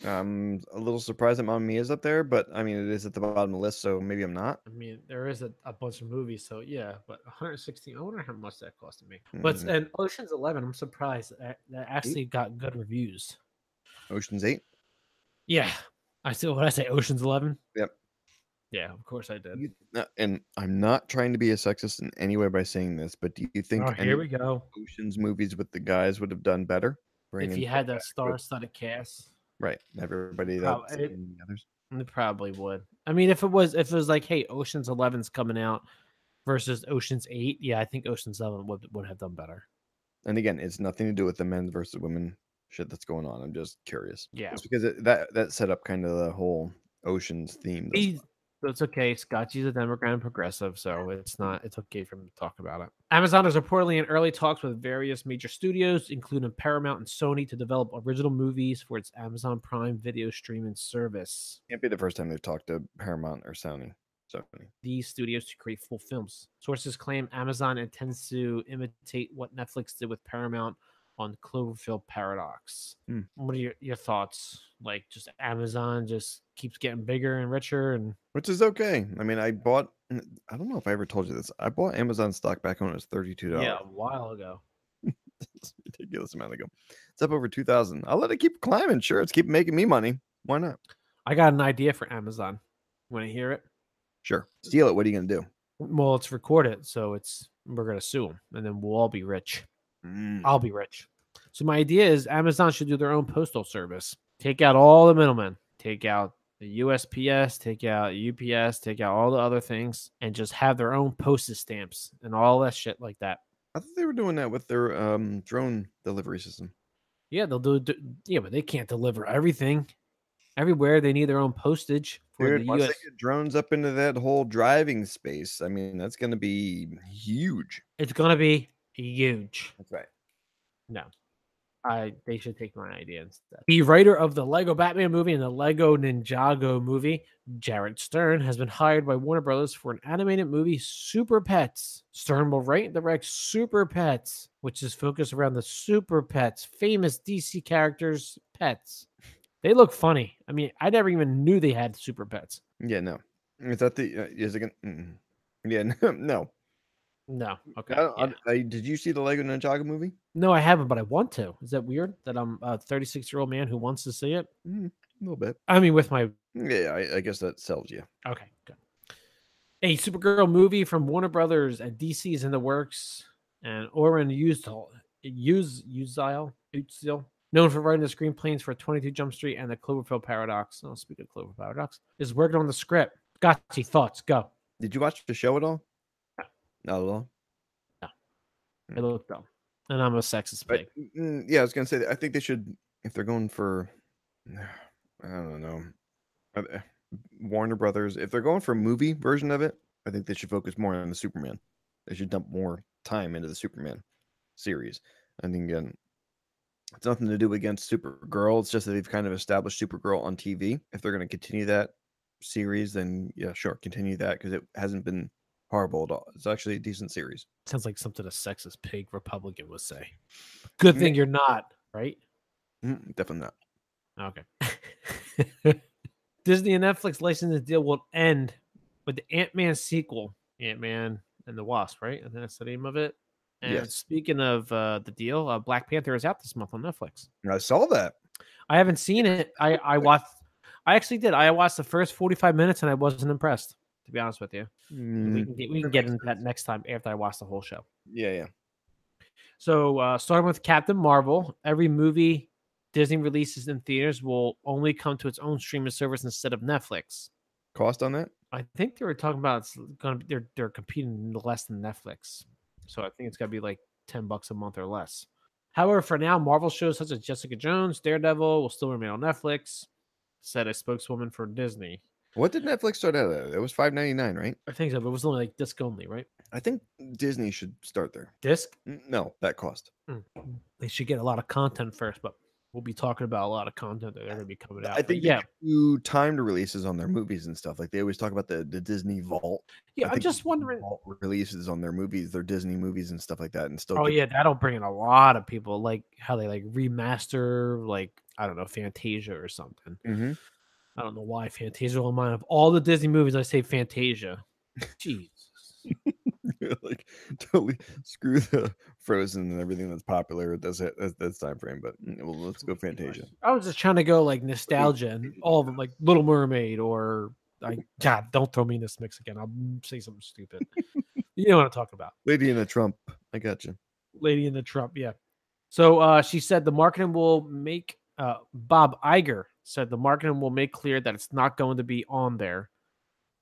S2: I'm a little surprised that Mamma Mia's up there, but I mean it is at the bottom of the list, so maybe I'm not.
S3: i mean there is a, a bunch of movies so yeah but 116 i wonder how much that cost to make but
S2: Mm.
S3: and oceans 11 i'm surprised that, that actually got good reviews
S2: Ocean's Eight.
S3: Yeah. I still what I say, Ocean's Eleven?
S2: Yep.
S3: Yeah, of course I did.
S2: You- uh, and I'm not trying to be a sexist in any way by saying this, but do you think
S3: oh,
S2: any
S3: here we go.
S2: Ocean's movies with the guys would have done better?
S3: If
S2: Bringing
S3: you had
S2: back
S3: that
S2: with-
S3: star studded cast,
S2: right? Everybody
S3: Prob-
S2: that's
S3: it-
S2: in the others.
S3: they probably would. I mean, if it was if it was like, hey, Ocean's Eleven's coming out versus Ocean's Eight, yeah, I think Ocean's Eleven would would have done better.
S2: And again, it's nothing to do with the men versus women shit that's going on. I'm just curious.
S3: Yeah.
S2: It's because it, that that set up kind of the whole Ocean's theme. that's
S3: He's- That's okay. Scotchy's a Democrat and progressive, so it's not it's okay for him to talk about it. Amazon is reportedly in early talks with various major studios, including Paramount and Sony, to develop original movies for its Amazon Prime video streaming service.
S2: can't be the first time they've talked to Paramount or Sony. Sony.
S3: these studios to create full films. Sources claim Amazon intends to imitate what Netflix did with Paramount on Cloverfield Paradox.
S2: Hmm.
S3: What are your, your thoughts? Like, just Amazon just keeps getting bigger and richer, and
S2: which is okay. I mean, I bought. n- I don't know if I ever told you this. I bought Amazon stock back when it was thirty-two dollars.
S3: yeah, a while ago.
S2: it's a ridiculous amount ago. It's up over two thousand. I'll let it keep climbing. Sure, it's keep making me money. Why not?
S3: I got an idea for Amazon. Want to hear it?
S2: Sure, steal it. What are you gonna do?
S3: Well, it's recorded, so it's we're gonna sue them, and then we'll all be rich.
S2: Mm,
S3: I'll be rich. So my idea is Amazon should do their own postal service. Take out all the middlemen. Take out the USPS. Take out UPS. Take out all the other things, and just have their own postage stamps and all that shit like that.
S2: I thought they were doing that with their um, drone delivery system.
S3: Yeah, they'll do, do. Yeah, but they can't deliver everything everywhere. They need their own postage for
S2: Dude,
S3: the
S2: once
S3: US.
S2: they get drones up into that whole driving space, I mean, that's gonna be huge.
S3: It's gonna be huge.
S2: That's right.
S3: No. I they should take my idea instead. The writer of the Lego Batman movie and the Lego Ninjago movie, Jared Stern, has been hired by Warner Brothers for an animated movie, Super Pets. Stern will write and direct Super Pets, which is focused around the Super Pets, famous DC characters, pets. They look funny. I mean, I never even knew they had super pets.
S2: Yeah, no. Is that the? Uh, is it gonna? mm. Yeah, no.
S3: No. Okay.
S2: I don't,
S3: yeah.
S2: I, I, did you see the Lego Ninjago movie?
S3: no, I haven't, but I want to. Is that weird that I'm a 36 year old man who wants to see it?
S2: A little bit.
S3: I mean, with my
S2: Yeah, I, I guess that sells you.
S3: Okay, good. A Supergirl movie from Warner Brothers and DC is in the works, and Oren Uzil, Uz Uzil, Uzil, known for writing the screenplays for 22 Jump Street and the Cloverfield Paradox. Oh, speak of Cloverfield Paradox, is working on the script. Gotcha, thoughts? Go.
S2: Did you watch the show at all?
S3: No.
S2: Not at all.
S3: I look dumb, and I'm a sexist
S2: But
S3: pig.
S2: mm, yeah, I was gonna say that I think they should if they're going for I don't know. uh, uh, Warner Brothers, if they're going for a movie version of it, I think they should focus more on the Superman. They should dump more time into the Superman series. I think again, it's nothing to do against Supergirl. It's just that they've kind of established Supergirl on TV. If they're going to continue that series, then yeah, sure, continue that because it hasn't been horrible at all. It's actually a decent series.
S3: Sounds like something a sexist pig Republican would say. Good thing you're not, right?
S2: Mm, Definitely not.
S3: Okay. Disney and Netflix license deal will end with the Ant Man sequel, Ant Man and the Wasp, right? I think that's the name of it. And
S2: Yes.
S3: speaking of uh, the deal, uh, Black Panther is out this month on Netflix.
S2: I saw that.
S3: I haven't seen it. I, I watched, I actually did. I watched the first 45 minutes and I wasn't impressed, to be honest with you. We
S2: Mm,
S3: can get, we can
S2: that
S3: get
S2: makes
S3: into that next time after I watch the whole show.
S2: Yeah, yeah.
S3: So uh, starting with Captain Marvel, every movie Disney releases in theaters will only come to its own streaming service instead of Netflix.
S2: Cost on that?
S3: I think they were talking about it's gonna be they're they're competing less than Netflix. So I think it's gotta be like ten bucks a month or less. However, for now, Marvel shows such as Jessica Jones, Daredevil will still remain on Netflix, said a spokeswoman for Disney.
S2: What did Netflix start out at? It was five ninety nine, right?
S3: I think so, but it was only like disc only, right?
S2: I think Disney should start there.
S3: Disc?
S2: N- No, that cost.
S3: Mm. They should get a lot of content first, but we'll be talking about a lot of content that they're gonna be coming out.
S2: I
S3: But
S2: think
S3: yeah.
S2: yeah. do timed releases on their movies and stuff. Like they always talk about the, the Disney Vault.
S3: Yeah,
S2: I
S3: I'm
S2: think
S3: just
S2: Disney
S3: wondering.
S2: Vault releases on their movies, their Disney movies and stuff like that, and still.
S3: Oh
S2: give-
S3: yeah, that'll bring in a lot of people. Like how they like remaster, like I don't know, Fantasia or something.
S2: Mhm.
S3: I don't know why Fantasia on mine. Of all the Disney movies, I say Fantasia. Jesus.
S2: You're like totally screw the Frozen and everything that's popular at this at this time frame. But mm, well, let's go Fantasia.
S3: I was just trying to go like nostalgia and all of them, like Little Mermaid or I God, don't throw me in this mix again. I'll say something stupid. you know what I'm talking about.
S2: Lady and the Trump. I got you.
S3: Lady in the Trump, yeah. So uh, she said the marketing will make uh, Bob Iger said the marketing will make clear that it's not going to be on there.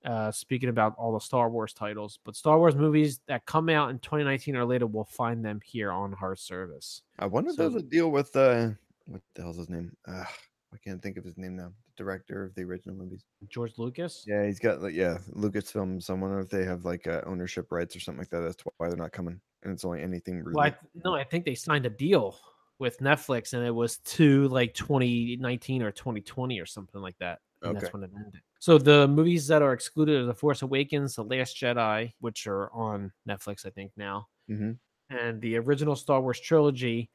S3: Uh, speaking about all the Star Wars titles, but Star Wars movies that come out in 2019 or later will find them here on her service.
S2: I wonder if
S3: So-
S2: there's a deal with uh, what the hell's his name? Uh, I can't think of his name now. The director of the original movies.
S3: George Lucas,
S2: Yeah, he's got like yeah, Lucasfilm. Someone if they have like uh, ownership rights or something like that. That's why they're not coming, and it's only anything. Really,
S3: Well, I, no, I think they signed a deal with Netflix, and it was to like 2019 or 2020 or something like that. And
S2: Okay.
S3: That's when it ended. So the movies that are excluded are The Force Awakens, The Last Jedi, which are on Netflix, I think now,
S2: Mhm.
S3: and the original Star Wars trilogy,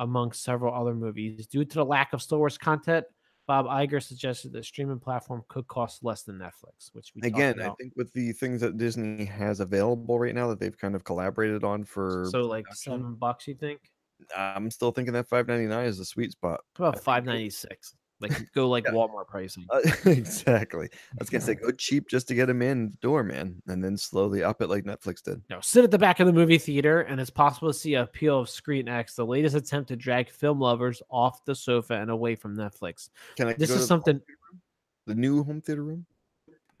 S3: among several other movies. Due to the lack of Star Wars content, Bob Iger suggested the streaming platform could cost less than Netflix, which we talked
S2: Again, I
S3: about.
S2: think with the things that Disney has available right now that they've kind of collaborated on for,
S3: so like
S2: production.
S3: seven bucks. You think?
S2: I'm still thinking that 5.99 is the sweet spot.
S3: How about five ninety six? Like go like
S2: Yeah.
S3: Walmart pricing.
S2: Uh, exactly. I was gonna say go cheap just to get him in the door, man, and then slowly up it like Netflix did.
S3: No, sit at the back of the movie theater, and it's possible to see a appeal of Screen X, the latest attempt to drag film lovers off the sofa and away from Netflix.
S2: Can I?
S3: This
S2: go to
S3: is something,
S2: the new home theater room.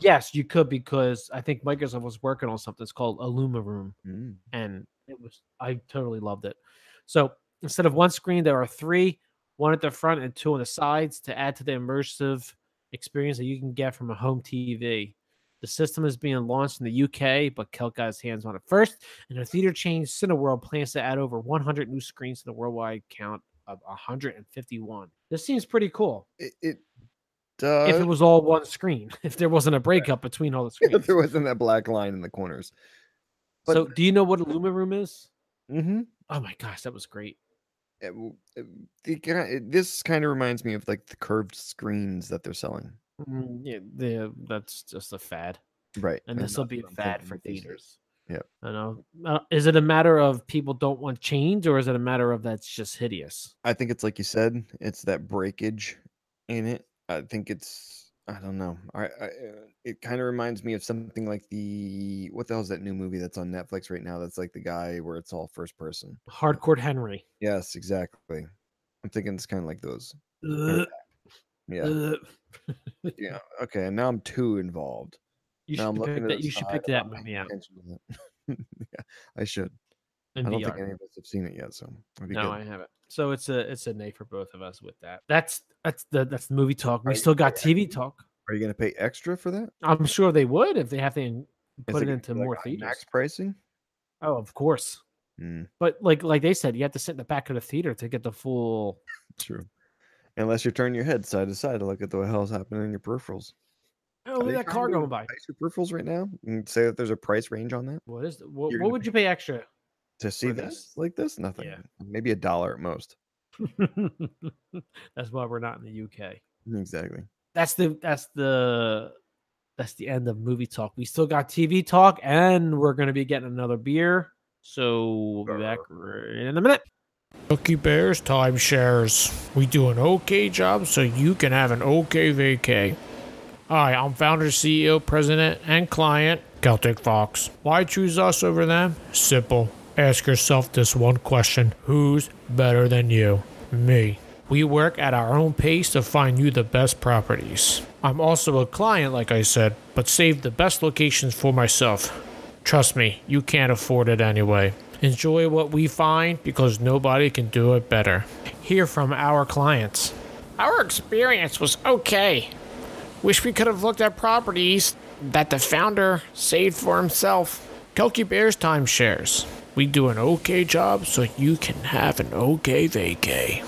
S3: yes, you could because I think Microsoft was working on something. It's called Illuma Room,
S2: Mm.
S3: and it was I totally loved it. So instead of one screen, there are three, one at the front and two on the sides, to add to the immersive experience that you can get from a home TV. The system is being launched in the UK, but Kelk got his hands on it first, and the theater chain Cineworld plans to add over 100 new screens to the worldwide count of 151. This seems pretty cool.
S2: It, it does.
S3: if it was all one screen, if there wasn't a breakup between all the
S2: Uh, if
S3: screens.
S2: there wasn't that black line in the corners. but-
S3: so, do you know what a Luma Room is?
S2: Mm-hmm.
S3: Oh my gosh, that was great.
S2: it, Eh, w- it, the ki- it- this kind of reminds me of like the curved screens that they're selling.
S3: Mm, yeah, the, that's just a fad,
S2: Right.
S3: and this will be a
S2: I'm
S3: fad
S2: thinking
S3: for
S2: these days.
S3: theaters.
S2: Yep.
S3: I know. Uh, is it a matter of people don't want change, or is it a matter of that's just hideous?
S2: I think it's like you said, it's that breakage in it. I think it's I don't know. I, I eh, it kind of reminds me of something like the what the hell is that new movie that's on Netflix right now? That's like the guy where it's all first person.
S3: Hardcore Henry.
S2: Yes, exactly. I'm thinking it's kind of like those.
S3: Ugh,
S2: Yeah,
S3: ugh.
S2: yeah. Okay, and now I'm too involved.
S3: you
S2: now
S3: should,
S2: I'm
S3: pick
S2: at
S3: that,
S2: its
S3: you should
S2: side,
S3: pick
S2: I'm
S3: that
S2: not
S3: movie
S2: paying
S3: out.
S2: attention to that. yeah, I should.
S3: in
S2: I don't think
S3: VR.
S2: any of us have seen it yet, so it'd be
S3: No,
S2: good.
S3: I haven't. So it's a it's a nay for both of us with that. That's that's the that's the movie talk. We
S2: Right,
S3: still got
S2: yeah.
S3: TV talk.
S2: Are you going to pay extra for that? Is
S3: I'm sure they would if they have to in- put it
S2: gonna
S3: into
S2: be, like,
S3: more
S2: IMAX
S3: theaters.
S2: pricing.
S3: Oh, of course.
S2: Hmm,
S3: But like like they said, you have to sit in the back of the theater to get the full.
S2: true. Unless you turn your head side to side to look at the hell's happening in your peripherals.
S3: Oh, look
S2: they
S3: at that car
S2: trying to
S3: going by.
S2: Price your peripherals right now and say that there's a price range on that
S3: What is the, what,
S2: You're
S3: what
S2: gonna
S3: would you pay extra?
S2: to see
S3: For
S2: this
S3: this.
S2: like this. Nothing.
S3: Yeah.
S2: Maybe a dollar at most.
S3: that's why we're not in the UK.
S2: Exactly.
S3: That's the that's the that's the end of movie talk. We still got TV talk, and we're gonna be getting another beer. So we'll be back right in a minute. Cookie Bears timeshares. We do an okay job so you can have an okay vacay. Hi, I'm founder, CEO, president, and client, Celtic Fox. Why choose us over them? Simple. Ask yourself this one question Who's better than you? Me. We work at our own pace to find you the best properties. I'm also a client, like I said, but save the best locations for myself. Trust me, you can't afford it anyway. Enjoy what we find because nobody can do it better. Hear from our clients. Our experience was okay. Wish we could have looked at properties that the founder saved for himself. Kelky Bears timeshares. We do an okay job so you can have an okay vacay.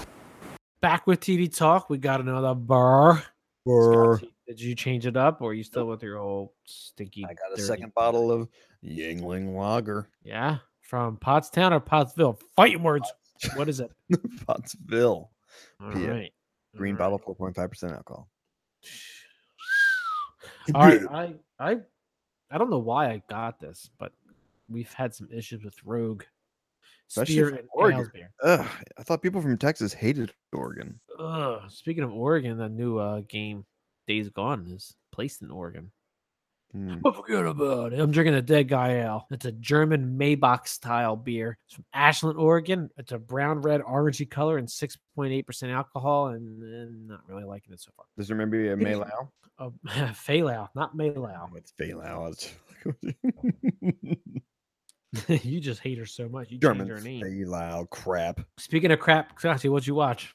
S3: Back with TV talk, we got another bar.
S2: Or
S3: Did you change it up, or are you still with your old stinky?
S2: I got a
S3: dirty-
S2: second bottle of Yingling Lager.
S3: Yeah, from Pottstown or Pottsville? Fighting words. What is it?
S2: Pottsville.
S3: All
S2: Yeah.
S3: right.
S2: Green
S3: All right.
S2: bottle, 4.5% alcohol.
S3: All right, I, I, I don't know why I got this, but we've had some issues with Rogue.
S2: Especially
S3: Spear
S2: from
S3: and
S2: Oregon.
S3: Ales beer.
S2: Ugh, I thought people from Texas hated Oregon.
S3: Ugh, speaking of Oregon, that new uh, game Days Gone is placed in Oregon.
S2: Hmm,
S3: But forget about it. I'm drinking a Dead Guy Ale. It's a German Maybach style beer. It's from Ashland, Oregon. It's a brown, red, orangey color and 6.8% alcohol, and, and not really liking it so far.
S2: Does it remember you
S3: Maybe-
S2: Malau?
S3: Uh, Feilau, not Maylau.
S2: Oh, it's Feilau.
S3: you just hate her so much. You
S2: German
S3: change her name.
S2: Feilau crap.
S3: Speaking of crap, Kratzy, what'd you watch?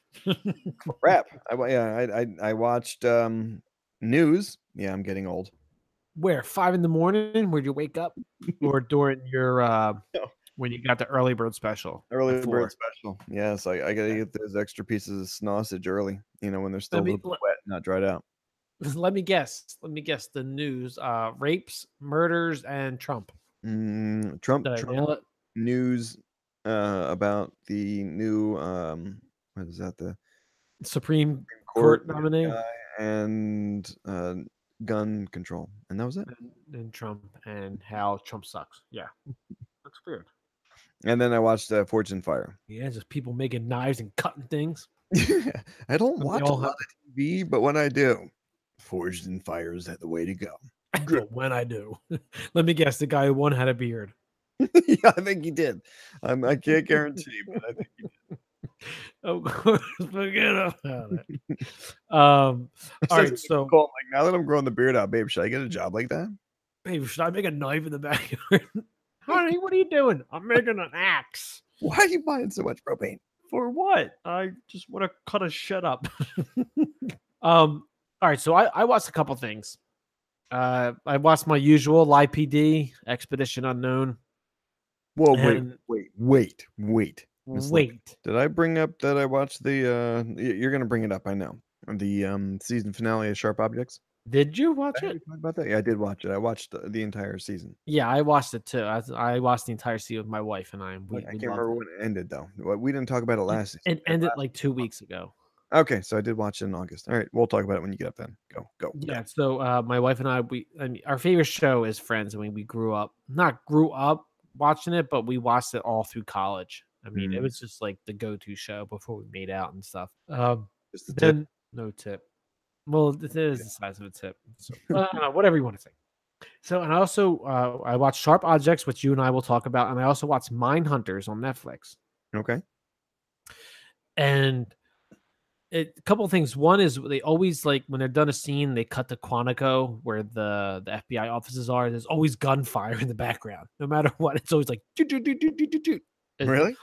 S2: Crap. I, wa- yeah, I, I, I watched um, news. Yeah, I'm getting old.
S3: Where five in the morning? Where'd you wake up? or during your uh,
S2: No.
S3: when you got the early bird special?
S2: Early
S3: at four?
S2: bird special. Yes, I, I gotta get those extra pieces of sausage early. You know when they're still a
S3: me-
S2: little bit
S3: let-
S2: wet, not dried out.
S3: Let me guess. Let me guess. The news: uh, rapes, murders, and Trump.
S2: Mm, Trump,
S3: Did I
S2: Trump
S3: nail it?
S2: news uh, about the new um, what is that? The
S3: Supreme
S2: Court
S3: Court nominee
S2: guy and uh, gun control, and that was it.
S3: and, and Trump and how Trump sucks. Yeah, that's weird.
S2: And then I watched uh, Fortune Fire.
S3: Yeah, just people making knives and cutting things.
S2: I don't
S3: They
S2: watch a
S3: all
S2: lot
S3: have-
S2: of TV, but when I do, Forged in Fire is the way to go.
S3: But when I do, let me guess. The guy who won had a beard.
S2: yeah, I think he did. I'm, I can't guarantee, but I think he did.
S3: Of course, forget about it. Um, all right, so
S2: Colt, like now that I'm growing the beard out, babe, should I get a job like that?
S3: hey, should I make a knife in the backyard? Honey, what are you doing? I'm making an axe.
S2: Why are you buying so much propane?
S3: For what? I just want to cut a shut up. um, all right, so I, I watched a couple things. Uh, I watched my usual Live PD, Expedition Unknown.
S2: Whoa,
S3: And-
S2: wait, wait, wait, wait. Miss Lip.
S3: Wait,
S2: Did I bring up that I watched the? uh y- You're gonna bring it up, I know. The um season finale of Sharp Objects.
S3: did you watch
S2: Did I
S3: it?
S2: already talk about that? Yeah, I did watch it. I watched the, the entire season.
S3: Yeah, I watched it too. I, I watched the entire season with my wife and I. and
S2: Like,
S3: We,
S2: I
S3: we
S2: can't
S3: loved
S2: remember
S3: it.
S2: when it ended though. Well, We didn't talk about it last.
S3: It
S2: season.
S3: ended like two weeks ago.
S2: Okay, so I did watch it in August. All right, we'll talk about it when you get up then. Go, go. go.
S3: Yeah. So uh, my wife and I, we I mean, our favorite show is Friends. I mean, we grew up not grew up watching it, but we watched it all through college. I mean, it
S2: Mhm.
S3: was just like the go-to show before we made out and stuff. Um,
S2: Just the tip.
S3: then no tip. Well, it is the size of a tip. So, uh, whatever you want to say. So, and I also uh, I watched Sharp Objects, which you and I will talk about, and I also watched Mind Hunters on Netflix
S2: Okay.
S3: and it, a couple of things. One is they always like when they're done a scene, they cut to Quantico where the the FBI offices are. There's always gunfire in the background, no matter what. It's always like doot, doot, doot, doot, doot, doot, doot. It's-
S2: Really?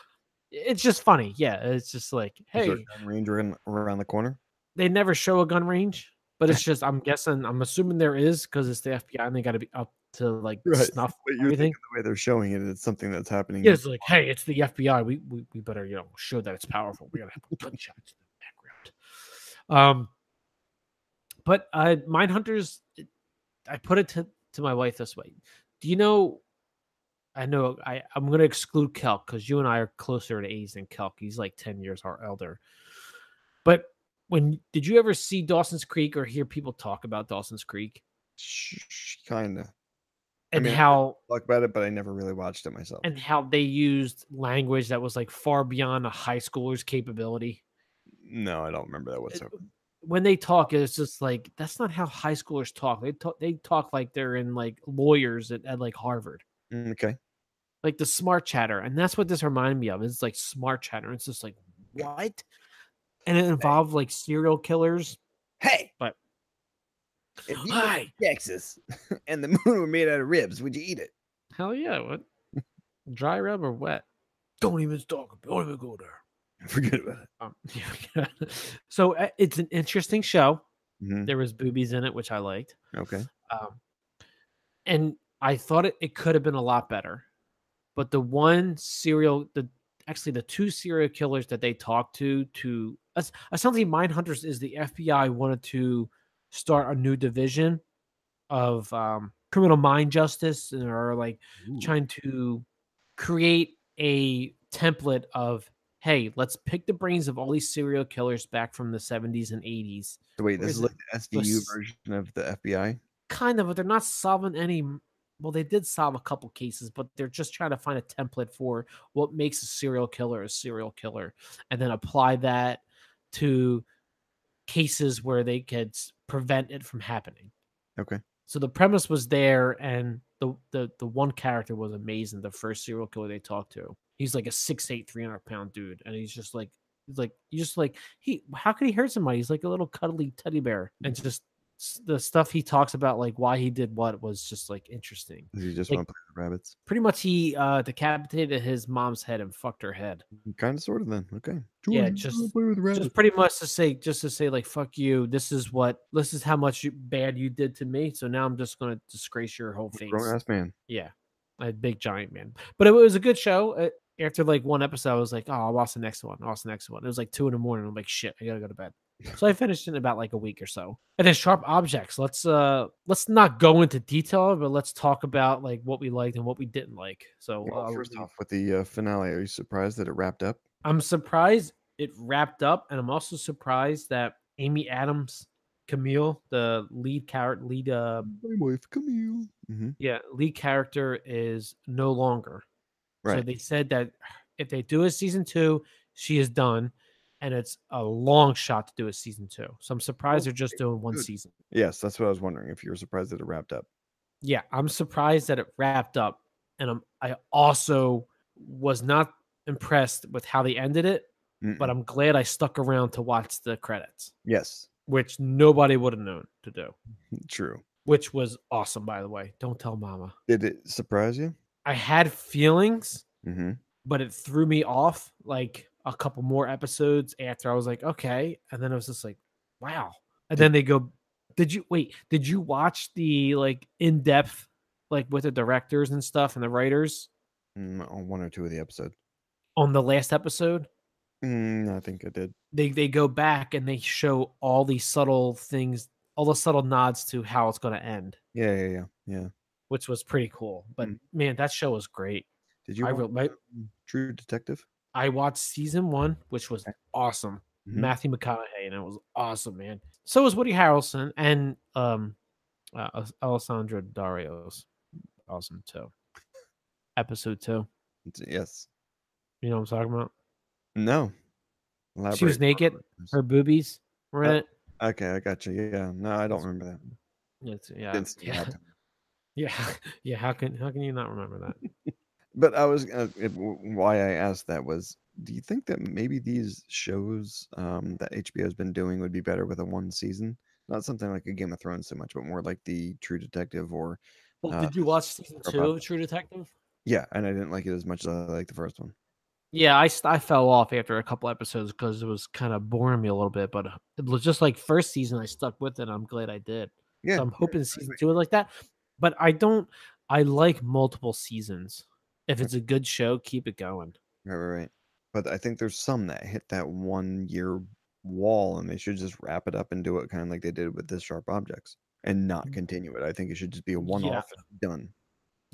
S3: It's just funny. Yeah, it's just like
S2: Is
S3: hey,
S2: there a gun ranger in, around the corner?
S3: they never show a gun range, but it's just I'm guessing I'm assuming there is because it's the FBI and they got to be up to like
S2: Right.
S3: snuff
S2: But you're
S3: everything.
S2: thinking the way they're showing it, it's something that's happening.
S3: Yeah, it's like hey, it's the FBI. We we, we better you know show that it's powerful. We gotta have gunshots in the background. Um. but uh Mindhunters it- I put it to, to my wife this way. Do you know I know I, I'm gonna exclude Kelk because you and I are closer in age than Kelk. He's like 10 years our elder. But when did you ever see Dawson's Creek or hear people talk about Dawson's Creek
S2: Kind of. I
S3: and
S2: mean, I-
S3: how
S2: Talk about it, but I never really watched it myself.
S3: and how they used language that was like far beyond a high schooler's capability?
S2: no, I don't remember that
S3: It-
S2: whatsoever.
S3: When they talk, it's just like that's not how high schoolers talk. They talk they talk like they're in like lawyers at, at like Harvard.
S2: Mm, Okay.
S3: like the smart chatter and that's what this reminded me of it's like smart chatter it's just like what and it involved like serial killers
S2: Hey.
S3: But-
S2: If you went
S3: hi
S2: to Texas and the moon were made out of ribs, would you eat it?
S3: hell yeah what dry rub or wet don't even talk don't even go there
S2: Forget about it.
S3: um, yeah. so uh, it's an interesting show
S2: Mhm,
S3: there was boobies in it which i liked
S2: Okay.
S3: um, and I thought it, it could have been a lot better. But the one serial, the actually the two serial killers that they talked to to uh, es- essentially Mindhunters is the FBI wanted to start a new division of um, criminal mind justice and are like
S1: Hmm.
S3: trying to create a template of hey let's pick the brains of all these serial killers back from the 70s and 80s
S2: So wait, this is
S3: Where's it?
S2: like the SVU
S3: s-
S2: version of the FBI.
S3: kind of, but they're not solving any. m- Well, they did solve a couple cases, but they're just trying to find a template for what makes a serial killer a serial killer, and then apply that to cases where they could s- prevent it from happening.
S2: Okay.
S3: So the premise was there, and the the the one character was amazing. The first serial killer they talked to, he's like a 6'8", 300 pound dude, and he's just like. he's Like you just like he, how could he hurt somebody? He's like a little cuddly teddy bear, and just s- the stuff he talks about like why he did what was just like interesting
S2: Does he just
S3: Like-
S2: want to play with rabbits?
S3: pretty much he uh decapitated his mom's head and fucked her head
S2: Kind of, sort of. Then okay.
S3: Yeah,
S2: Jordan, you wanna
S3: just-
S2: play with rabbits.
S3: just pretty much to say just to say like fuck you this is what this is how much you, bad you did to me so now i'm just gonna disgrace your whole face
S2: grown ass man.
S3: yeah a big giant man but it was a good show uh, after like one episode i was like oh i'll watch the next one i'll watch the next one it was like two in the morning i'm like shit i gotta go to bed so i finished in about like a week or so and then sharp objects let's uh let's not go into detail but let's talk about like what we liked and what we didn't like so
S2: Well,
S3: uh,
S2: first off, with the uh, finale, are you surprised that it wrapped up?
S3: i'm surprised it wrapped up and i'm also surprised that amy adams camille the lead character lead uh
S2: My wife, Camille. hmm
S3: yeah lead character is no longer So
S2: Right.
S3: they said that if they do a season two, she is done, and it's a long shot to do a season two. So I'm surprised they're just doing one
S2: good.
S3: season.
S2: yes, that's what I was wondering. If you were surprised that it wrapped up.
S3: Yeah, I'm surprised that it wrapped up, and I'm I also was not impressed with how they ended it, but
S2: Mm-mm.
S3: I'm glad I stuck around to watch the credits,
S2: yes,
S3: which nobody would have known to do,
S2: true.
S3: which was awesome by the way. Don't tell mama.
S2: Did it surprise you?
S3: I had feelings
S2: Mm-hmm.
S3: but it threw me off like a couple more episodes after I was like, okay. And then I was just like, wow. And then they go, did you wait? Did you watch the like in depth, like with the directors and stuff and the writers
S2: Mm, on one or two of the episodes.
S3: on the last episode?
S2: Mm, I think I did.
S3: They they go back and they show all these subtle things, all the subtle nods to how it's going to end,
S2: Yeah, yeah, yeah, yeah.
S3: which was pretty cool. But
S2: Mm.
S3: man, that show was great.
S2: Did you?
S3: I
S2: watch,
S3: really- my-
S2: um, True Detective. Eh.
S3: I watched season one, which was awesome.
S2: Mhm.
S3: Matthew McConaughey, and it was awesome, man. So was Woody Harrelson and um, uh, Al- Alessandra Dario's awesome too. Episode two,
S2: It's- Yes.
S3: you know what I'm talking about?
S2: No.
S3: She was
S2: Elaborate
S3: naked.
S2: more on this.
S3: Her boobies were in
S2: Uh,
S3: it.
S2: Okay, I got you. Yeah. No, I don't remember that.
S3: It's- yeah,
S2: Didn't see
S3: Uh, yeah,
S2: that.
S3: yeah, yeah. How can how can you not remember that?
S2: But I was uh, if- w- why I asked that was do you think that maybe these shows um, that HBO's been doing would be better with a one season? Not something like a Game of Thrones so much, but more like the True Detective or
S3: Well,
S2: Uh,
S3: did you watch season
S2: or
S3: two
S2: about-
S3: of True Detective?
S2: yeah, and I didn't like it as much as I liked the first one.
S3: Yeah, I, st- I fell off after a couple episodes because it was kind of boring me a little bit. But it was just like first season, I stuck with it. I'm glad I did.
S2: Yeah,
S3: so I'm hoping season two is like that. But I don't. I like multiple seasons. If it's a good show, keep it going.
S2: right, right, right. But I think there's some that hit that one year wall, and they should just wrap it up and do it kind of like they did with this Sharp Objects and not
S3: Mm-hmm.
S2: continue it. I think it should just be a one off and done.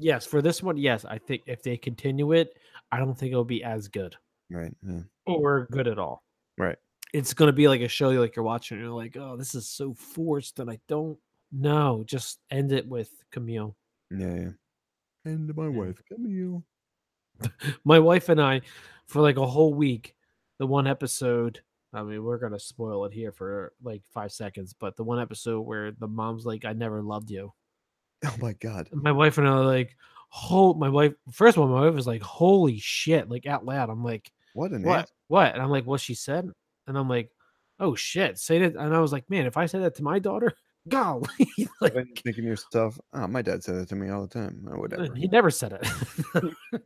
S3: Yes, for this one, yes, I think if they continue it, I don't think it'll be as good
S2: Right. Yeah.
S3: or good at all.
S2: Right.
S3: It's gonna be like a show like you're watching. And you're like, oh, this is so forced, and I don't know. Just end it with Camille.
S2: Yeah. yeah. And my wife, Camille.
S3: my wife and I, for like a whole week, the one episode. I mean, we're gonna spoil it here for like five seconds, but the one episode where the mom's like, "I never loved you,"
S2: Oh my God.
S3: and my wife and I are like, "Hold!" My wife, first of all, my wife was like, "Holy shit!" Like out loud. I'm like,
S2: What an
S3: "What?
S2: ass.
S3: What?" And I'm like, "What she said?" And I'm like, "Oh shit!" Say that, and I was like, "Man, if I said that to my daughter, golly!" like,
S2: When you're thinking to yourself, oh, my dad said that to me all the time. Oh, whatever.
S3: he never said it.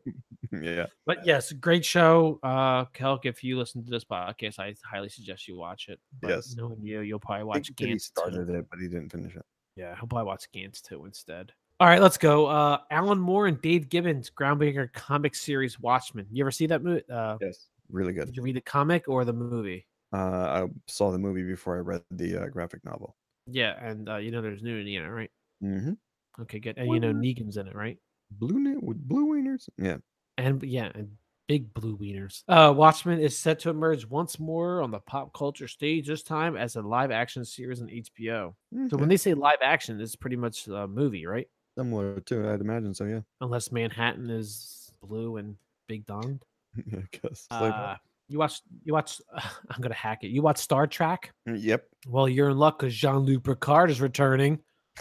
S2: yeah.
S3: But yes, great show. Uh Kelk, if you listen to this podcast, I highly suggest you watch it. But
S2: Yes.
S3: Knowing you, you'll probably
S2: I think
S3: watch
S2: that he
S3: Gantz. uh
S2: started
S3: too.
S2: it, but he didn't finish it.
S3: Yeah, he'll probably watch Gantz too instead. All right, let's go. Uh Alan Moore and Dave Gibbons, groundbreaker comic series Watchmen. You ever see that movie? Uh
S2: Yes. Really
S3: did
S2: good.
S3: you read the comic or the movie?
S2: Uh, I saw the movie before I read the uh, graphic novel.
S3: Yeah, and uh, you know there's nudity in it, right?
S2: Mm-hmm.
S3: Okay, good. And you know
S2: Spoiler.
S3: Negan's in it, right?
S2: Blue ne- with blue wieners. Yeah.
S3: And yeah, and big blue wieners. Uh, Watchmen is set to emerge once more on the pop culture stage, this time as a live action series on HBO. So when
S2: Okay.
S3: they say live action, it's pretty much a movie, right?
S2: Similar to, I'd imagine so. Yeah.
S3: Unless Manhattan is blue and big donged.
S2: yeah I guess. It's like,
S3: Uh, you watch, you watch. I'm gonna hack it. You watch Star Trek.
S2: "Mm, yep.
S3: Well, you're in luck because Jean Luc Picard is returning.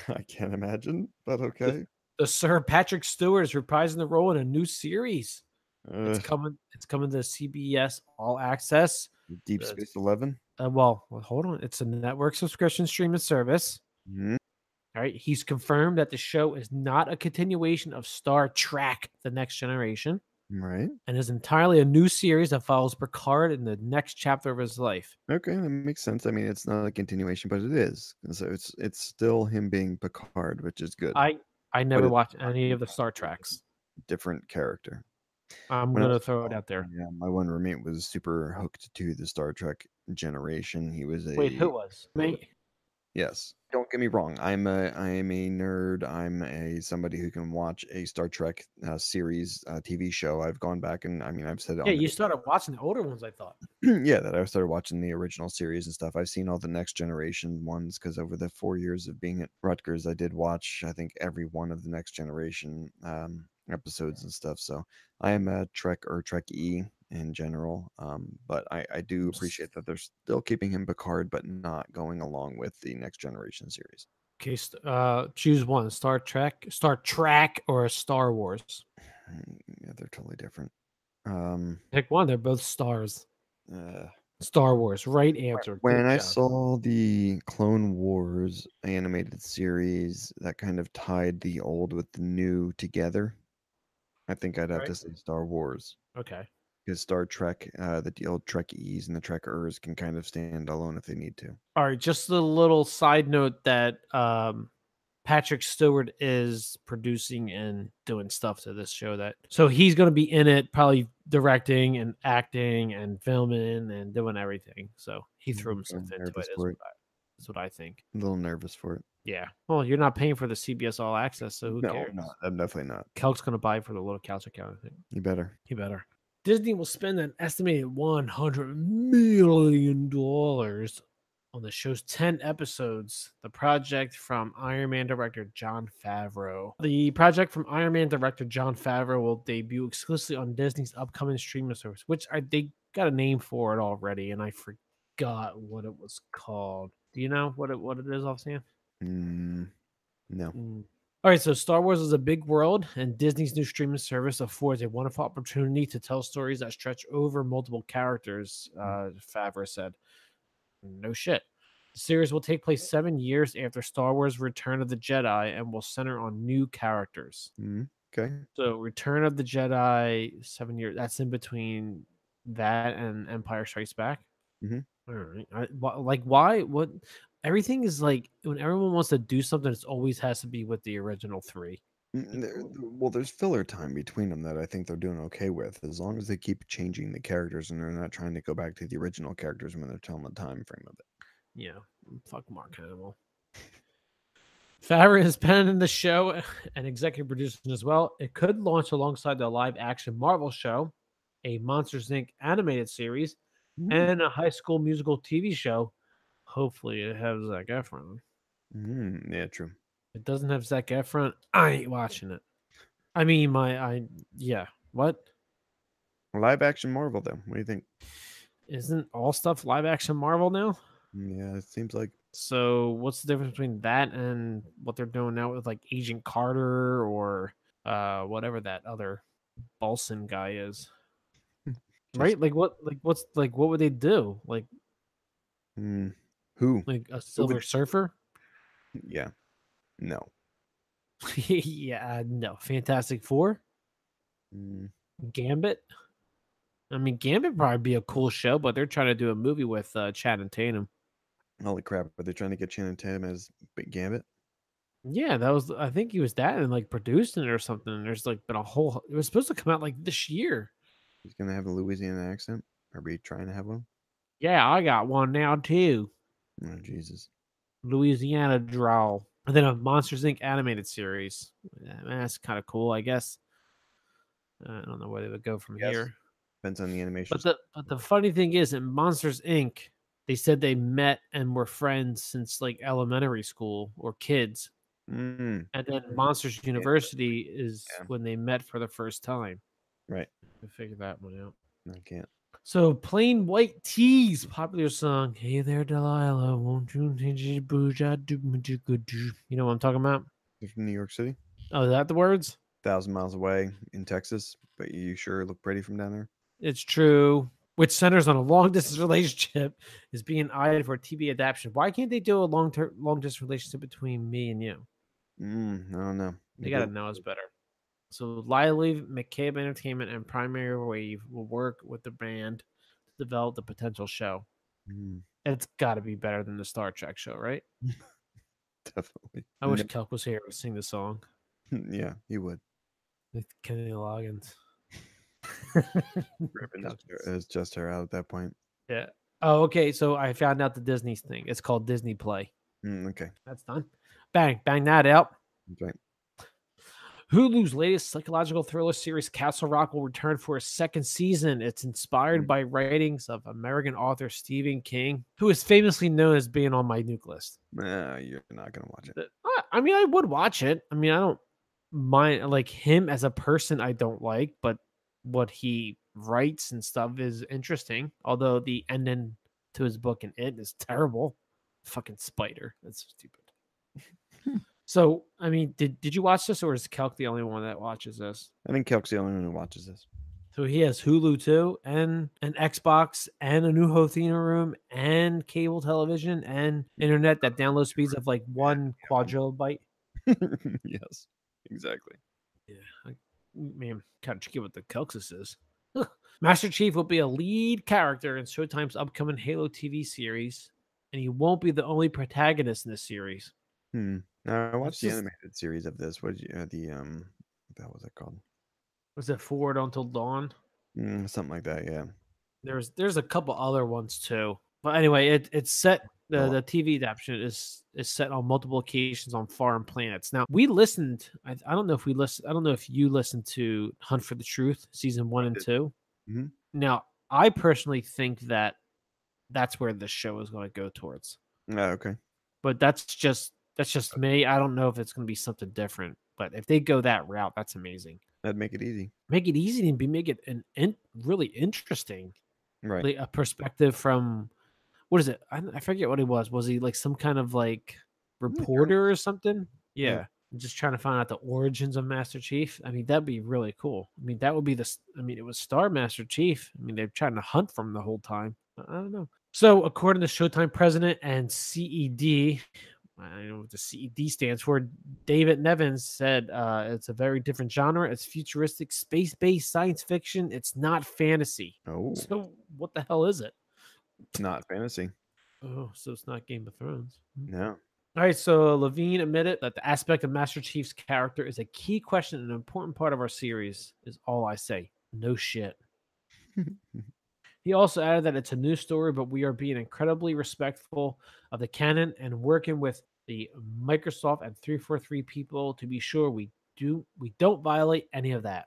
S2: I can't imagine, but okay.
S3: The Sir Patrick Stewart is reprising the role in a new series. It's
S2: Ugh,
S3: coming. It's coming to CBS All Access.
S2: Deep
S3: uh,
S2: Space 11.
S3: Uh, well, well, hold on. It's a network subscription streaming service.
S2: Mhm.
S3: All right. He's confirmed that the show is not a continuation of Star Trek: The Next Generation,
S2: Right.
S3: and is entirely a new series that follows Picard in the next chapter of his life.
S2: Okay, that makes sense. I mean, it's not a continuation, but it is. And So it's it's still him being Picard, which is good.
S3: I I never
S2: it-
S3: watched any of the Star Treks.
S2: Different character.
S3: I'm
S2: When I
S3: gonna
S2: was
S3: throw it
S2: Oh,
S3: out there.
S2: Yeah, my one roommate was super hooked to the Star Trek generation. He was a
S3: Wait, who was? Me?
S2: Yes. Don't get me wrong. I'm a I am a nerd. I'm a somebody who can watch a Star Trek uh, series uh, TV show. I've gone back and I mean I've said it on
S3: Yeah,
S2: the-
S3: you started watching the older ones. I thought.
S2: yeah, that I started watching the original series and stuff. I've seen all the next generation ones because over the four years of being at Rutgers, I did watch I think every one of the next generation um, episodes and stuff. So I am a Trek or Trekkie in general, um, but I, I do appreciate that they're still keeping him Picard, but not going along with the next generation series.
S3: Okay, st- uh, choose one: Star Trek, Star Trek, or Star Wars.
S2: Mm, Yeah, they're totally different. Um,
S3: Pick one. They're both stars.
S2: uh,
S3: Star Wars. Right answer. Good
S2: when I
S3: job.
S2: saw the Clone Wars animated series that kind of tied the old with the new together, I think I'd have
S3: Right.
S2: to say Star Wars
S3: Okay.
S2: because Star Trek, uh, the the old Trekkies and the Trekkers can kind of stand alone if they need to.
S3: All right. Just a little side note that um, Patrick Stewart is producing and doing stuff to this show. That so he's going to be in it, probably directing and acting and filming and doing everything. So he threw
S2: Mm,
S3: himself
S2: I'm
S3: into it.
S2: nervous
S3: Is
S2: for
S3: what,
S2: it.
S3: I, is what I think.
S2: A little nervous for it.
S3: Yeah. Well, you're not paying for the CBS All Access, so who
S2: no,
S3: cares?
S2: I'm not. I'm definitely not.
S3: Kelk's going to buy it for the little couch account. I think
S2: You better.
S3: he better. Disney will spend an estimated $100 million on the show's 10 episodes, the project from Iron Man director John Favreau. The project from Iron Man director John Favreau will debut exclusively on Disney's upcoming streaming service, which I they got a name for it already, and I forgot what it was called. Do you know what it what it is offhand?
S2: Mm, no.
S3: Mm. All right, so Star Wars is a big world, and Disney's new streaming service affords a wonderful opportunity to tell stories that stretch over multiple characters, uh, Favreau said. No shit. The series will take place seven years after Star Wars Return of the Jedi and will center on new characters.
S2: Mm, okay.
S3: So, Return of the Jedi, seven years, that's in between that and Empire Strikes Back.
S2: Mhm.
S3: All right. I, wh- like, why? What? Everything is like when everyone wants to do something, it always has to be with the original three.
S2: Mm, there- well, there's filler time between them that I think they're doing okay with, as long as they keep changing the characters and they're not trying to go back to the original characters when they're telling the time frame of it.
S3: Yeah, fuck Mark Hamill. Favreau is penning the show and executive producing as well. It could launch alongside the live action Marvel show, a Monsters Inc. animated series, and a high school musical TV show. Hopefully, it has Zac Efron.
S2: Mm, yeah, true.
S3: If it doesn't have Zac Efron, I ain't watching it. I mean, my, I, yeah, what?
S2: Live action Marvel, though. What do you think?
S3: Isn't all stuff live action Marvel now?
S2: Mm, Yeah, it seems like
S3: So what's the difference between that and what they're doing now with like Agent Carter or uh whatever that other Balson guy is? Right? Like what like what's like what would they do? Like
S2: mm, who?
S3: like a silver surfer?
S2: Yeah, no.
S3: yeah, no. Fantastic Four?
S2: Mm,
S3: Gambit? I mean Gambit probably be a cool show, but they're trying to do a movie with uh Chad and Tatum.
S2: holy crap! Are they trying to get Shannon Tatum as Big Gambit?
S3: Yeah, that was I think he was that and like producing it or something. And there's like been a whole it was supposed to come out like this year.
S2: He's gonna have a Louisiana accent. Are we trying to have one?
S3: Yeah, I got one now too.
S2: Oh, Jesus.
S3: Louisiana drawl. And then a Monsters Inc. animated series. Yeah, man, that's kind of cool, I guess. Uh, I don't know where they would go from
S2: Yes.
S3: here.
S2: Depends on the animation.
S3: But the but the funny thing is, in Monsters Inc., they said they met and were friends since like elementary school or kids,
S2: Mm,
S3: and then Monsters University is
S2: Yeah.
S3: when they met for the first time.
S2: Right.
S3: I figured that one out.
S2: I can't.
S3: So, Plain White Tees, popular song. Hey there, Delilah, won't you change your bouja do me do good do?" You know what I'm talking about?
S2: They're from New York City,
S3: Oh, is that the words?
S2: thousand miles away in Texas, but you sure look pretty from down there.
S3: It's true. Which centers on a long distance relationship is being eyed for TV adaptation. Why can't they do a long term, long distance relationship between me and you?
S2: Mm, I don't know.
S3: They
S2: Maybe
S3: gotta
S2: it-
S3: know us better. So Lily McCabe Entertainment and Primary Wave will work with the band to develop the potential show.
S2: Mm,
S3: It's gotta be better than the Star Trek show, right?
S2: definitely.
S3: I wish Kelk was here to sing the song.
S2: yeah, he would.
S3: with Kenny Loggins.
S2: Ripping
S3: Doug
S2: his- his just her out at that point.
S3: oh, okay. So I found out the Disney thing. It's called Disney Play.
S2: Mm, okay,
S3: That's done. Bang, bang that out.
S2: that's right.
S3: Hulu's latest psychological thriller series, Castle Rock, will return for a second season. It's inspired
S2: Mm.
S3: by writings of American author Stephen King, who is famously known as being on my nuke list.
S2: Nah, Ah, you're not gonna watch it.
S3: Th- Uh, I- I mean, I would watch it. I mean, I don't mind like him as a person. I don't like, but what he writes and stuff is interesting. Although the ending to his book and it is terrible. Fucking spider. That's stupid. so, I mean, did did you watch this, or is Calc the only one that watches this?
S2: I think Kelk's the only one who watches this.
S3: So he has Hulu too, and an Xbox, and a new Hothena room, and cable television, and internet that download speeds of like one quadrilbyte.
S2: yes, exactly.
S3: Yeah, I I mean, kind of tricky what the Kelxis is. Master Chief will be a lead character in Showtime's upcoming Halo TV series, and he won't be the only protagonist in this series.
S2: Hmm. Now I watched the
S3: just-
S2: animated series of this. What did you, uh, the um, that was it called?
S3: Was it Forward Until Dawn?
S2: Mm, something like that. Yeah.
S3: There's there's a couple other ones too. But anyway, it it's set the,
S2: Oh.
S3: the TV adaptation is is set on multiple occasions on foreign planets. Now we listened. I, I don't know if we listened. I don't know if you listened to Hunt for the Truth season one and
S2: did.
S3: two.
S2: Mhm.
S3: Now, I personally think that that's where this show is going to go towards.
S2: Oh, okay.
S3: But that's just that's just me. I don't know if it's going to be something different. But if they go that route, that's amazing.
S2: That'd make it easy.
S3: Make it easy and be make it an in, really interesting
S2: Right.
S3: like a perspective from what is it? I, I forget what it was. Was he like some kind of like
S2: kinda.
S3: reporter or something?
S2: Yeah.
S3: Yeah. Just trying to find out the origins of Master Chief. I mean, that'd be really cool. I mean, that would be the. s- I mean, it was Star Master Chief. I mean, they're trying to hunt for him the whole time. I- I don't know. So, according to Showtime president and CED, I don't know what the CED stands for. David Nevins said uh, it's a very different genre. It's futuristic, space based science fiction. It's not fantasy.
S2: Oh,
S3: So what the hell is it?
S2: it's not fantasy.
S3: Oh, so it's not Game of Thrones. Mm.
S2: No.
S3: All right, so Levine admitted that the aspect of Master Chief's character is a key question and an important part of our series, is all I say. No shit. he also added that it's a new story, but we are being incredibly respectful of the canon and working with the Microsoft and 343 people to be sure we do we don't violate any of that.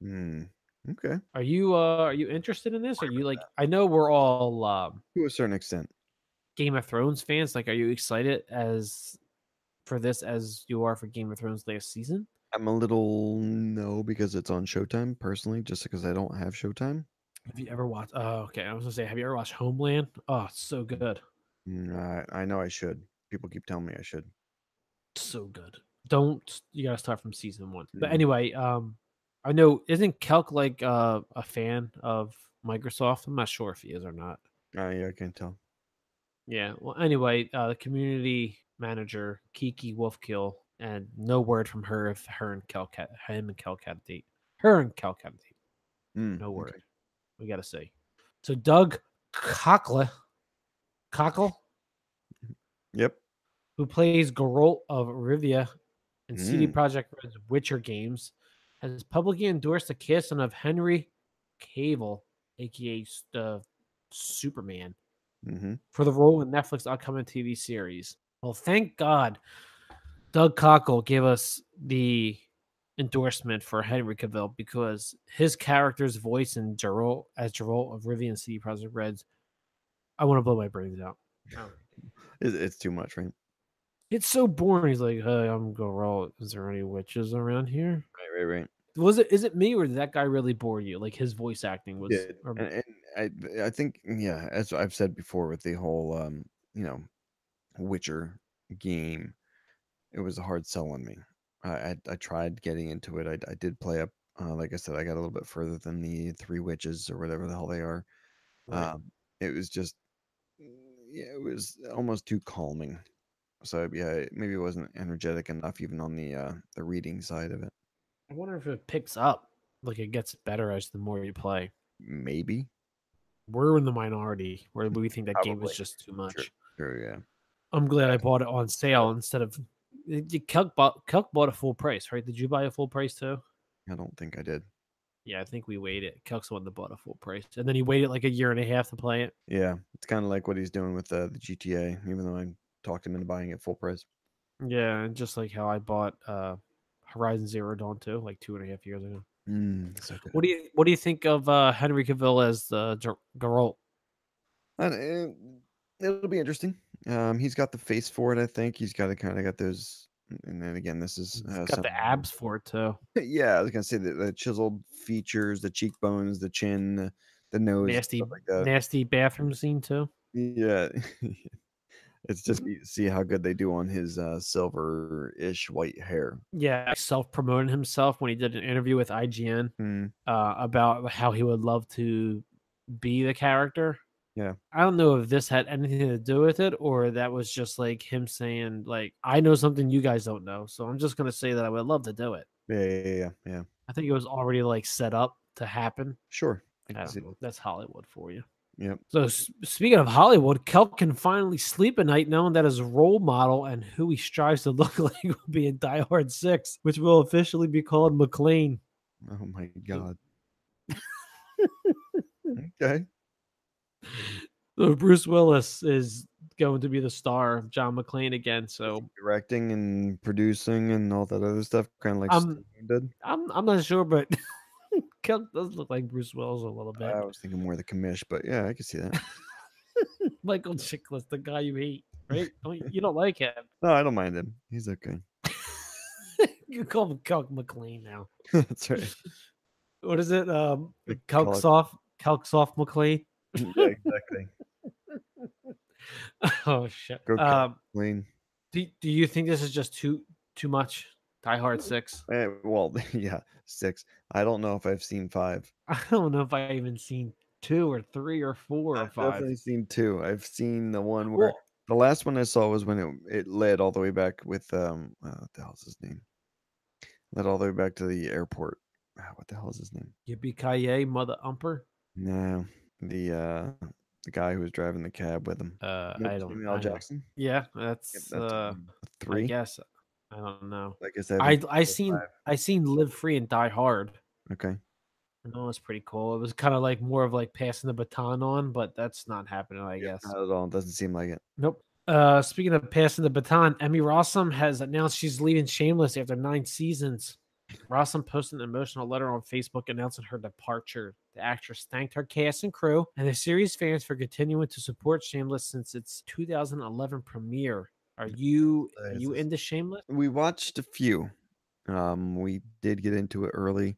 S2: Hmm. Okay.
S3: Are you uh are you interested in this? Are you like I know we're all um
S2: To a certain extent.
S3: Game of Thrones fans, like, are you excited as for this as you are for Game of Thrones last season?
S2: I'm a little no because it's on Showtime personally, just because I don't have Showtime.
S3: Have you ever watched? Oh, okay. I was gonna say, have you ever watched Homeland? Oh, it's so good,
S2: Mm, I, I know I should. People keep telling me I should.
S3: so good. Don't you gotta start from season one? But
S2: Mhm.
S3: anyway, um, I know isn't Kelk like uh, a fan of Microsoft? I'm not sure if he is or not.
S2: Oh, I, I can't tell.
S3: Yeah. Well, anyway, uh, the community manager Kiki Wolfkill, and no word from her if her and Kelk, had, him and Kelk had a date. Her and Kelk had a date.
S2: Mm,
S3: No
S2: okay.
S3: word. We gotta see. So Doug Cockle, Cockle,
S2: Yep.
S3: who plays Geralt of Rivia in CD
S2: Mm.
S3: Projekt Red's Witcher games, has publicly endorsed the cast of Henry Cavill, aka uh, Superman,
S2: Mm-hmm.
S3: for the role in Netflix upcoming TV series. Well, thank God, Doug Cockle gave us the endorsement for Henry Cavill because his character's voice in Geralt as Geralt of Rivian City Project Reds, I want to blow my brains out.
S2: It, it's too much, right?
S3: It's so boring. He's like, "Hey, I'm Geralt. Is there any witches around here?"
S2: Right, right, right.
S3: Was it? Is it me or did that guy really bore you? Like his voice acting was.
S2: Yeah,
S3: or-
S2: and, and I, I think, yeah, as I've said before, with the whole, um, you know, Witcher game, it was a hard sell on me. I, I, I tried getting into it. I, I did play up. Uh, like I said, I got a little bit further than the three witches or whatever the hell they are.
S3: Right.
S2: Um, it was just, yeah, it was almost too calming. So yeah, it maybe it wasn't energetic enough, even on the uh, the reading side of it.
S3: I wonder if it picks up. Like it gets better as the more you play.
S2: Maybe.
S3: we're in the minority where we think that game
S2: Probably.
S3: was just too much.
S2: Sure. Yeah.
S3: I'm glad I bought it on sale instead of y- y- Kelk bought Kelk bought a full price, right? Did you buy a full price too?
S2: I don't think I did.
S3: Yeah, I think we waited. Kelk's the one that bought a full price, and then he waited like a year and a half to play it.
S2: Yeah, it's kind of like what he's doing with uh, the GTA, even though I talked him into buying it full price.
S3: Yeah, and just like how I bought uh Horizon Zero Dawn too, like two and a half years ago.
S2: Mm, so good.
S3: What do you What do you think of uh Henry Cavill as uh, Ger- Geralt?
S2: And, uh, it'll be interesting. Um, he's got the face for it, I think. He's got to kind of got those. And then again, this is
S3: He's
S2: uh,
S3: got
S2: something-
S3: the abs for it too.
S2: yeah, I was gonna say the, the chiseled features, the cheekbones, the chin, the nose, stuff
S3: Nasty,
S2: like that.
S3: nasty bathroom scene too.
S2: Yeah. It's
S3: Mm-hmm.
S2: just you see how good they do on his uh, silver-ish white hair.
S3: Yeah, self promoting himself when he did an interview with IGN.
S2: Mm.
S3: uh, about how he would love to be the character.
S2: Yeah.
S3: I don't know if this had anything to do with it or that was just like him saying like I know something you guys don't know, so I'm just going to say that I would love to do it.
S2: Yeah, yeah, yeah, yeah.
S3: I think it was already like set up to happen.
S2: Sure. I
S3: I
S2: can
S3: don't
S2: see
S3: know. That's Hollywood for you.
S2: Yep.
S3: So s- speaking of Hollywood, Kelp can finally sleep at night knowing that his role model and who he strives to look like will be in Die Hard 6, which will officially be called McLean.
S2: Oh my god. okay.
S3: So Bruce Willis is going to be the star of John McClane again. So
S2: Directing and producing and all that other stuff, kind of like
S3: Um,
S2: Stallone did.
S3: I'm I'm not sure, but Kilk does look like Bruce Wells a little bit.
S2: I was thinking more of the commish, but yeah, I can see that.
S3: Michael Chiklis, the guy you hate, right? Don't- you don't like him.
S2: No, I don't mind him. He's okay.
S3: you call him Kelk McLean now.
S2: That's right.
S3: What is it? Um,
S2: The
S3: Kelk
S2: Kelk.
S3: Soft, Kelk Soft McLean.
S2: Yeah, exactly.
S3: oh shit.
S2: Go Kelk.
S3: Um,
S2: Clean.
S3: do, do you think this is just too too much? Die Hard Six.
S2: Eh, well, yeah, six. I don't know if I've seen five.
S3: I don't know if I even seen two or three or four or
S2: I've
S3: five.
S2: definitely seen two. I've seen the one where
S3: Well,
S2: the last one I saw was when it, it led all the way back with um uh, what the hell's his name? Led all the way back to the airport. Ah, what the hell is his name?
S3: Yippee ki mother umper.
S2: No, the uh the guy who was driving the cab with him.
S3: Uh,
S2: Nope,
S3: I
S2: Samuel
S3: don't.
S2: L.
S3: I don't-
S2: Jackson.
S3: Yeah, that's,
S2: Yep, that's,
S3: uh,
S2: um,
S3: I
S2: three.
S3: guess. I don't know.
S2: I guess I
S3: I
S2: haven't
S3: I
S2: seen
S3: seen
S2: five.
S3: I seen Live Free and Die Hard.
S2: Okay.
S3: That was pretty cool. It was kind of like more of like passing the baton on, but that's not happening, I
S2: Yeah,
S3: guess.
S2: Not at all. Doesn't seem like it.
S3: Nope. Uh, speaking of passing the baton, Emmy Rossum has announced she's leaving Shameless after nine seasons. Rossum posted an emotional letter on Facebook announcing her departure. The actress thanked her cast and crew and the series fans for continuing to support Shameless since its 2011 premiere. Are you are you
S2: Jesus.
S3: into Shameless?
S2: we watched a few. Um, we did get into it early.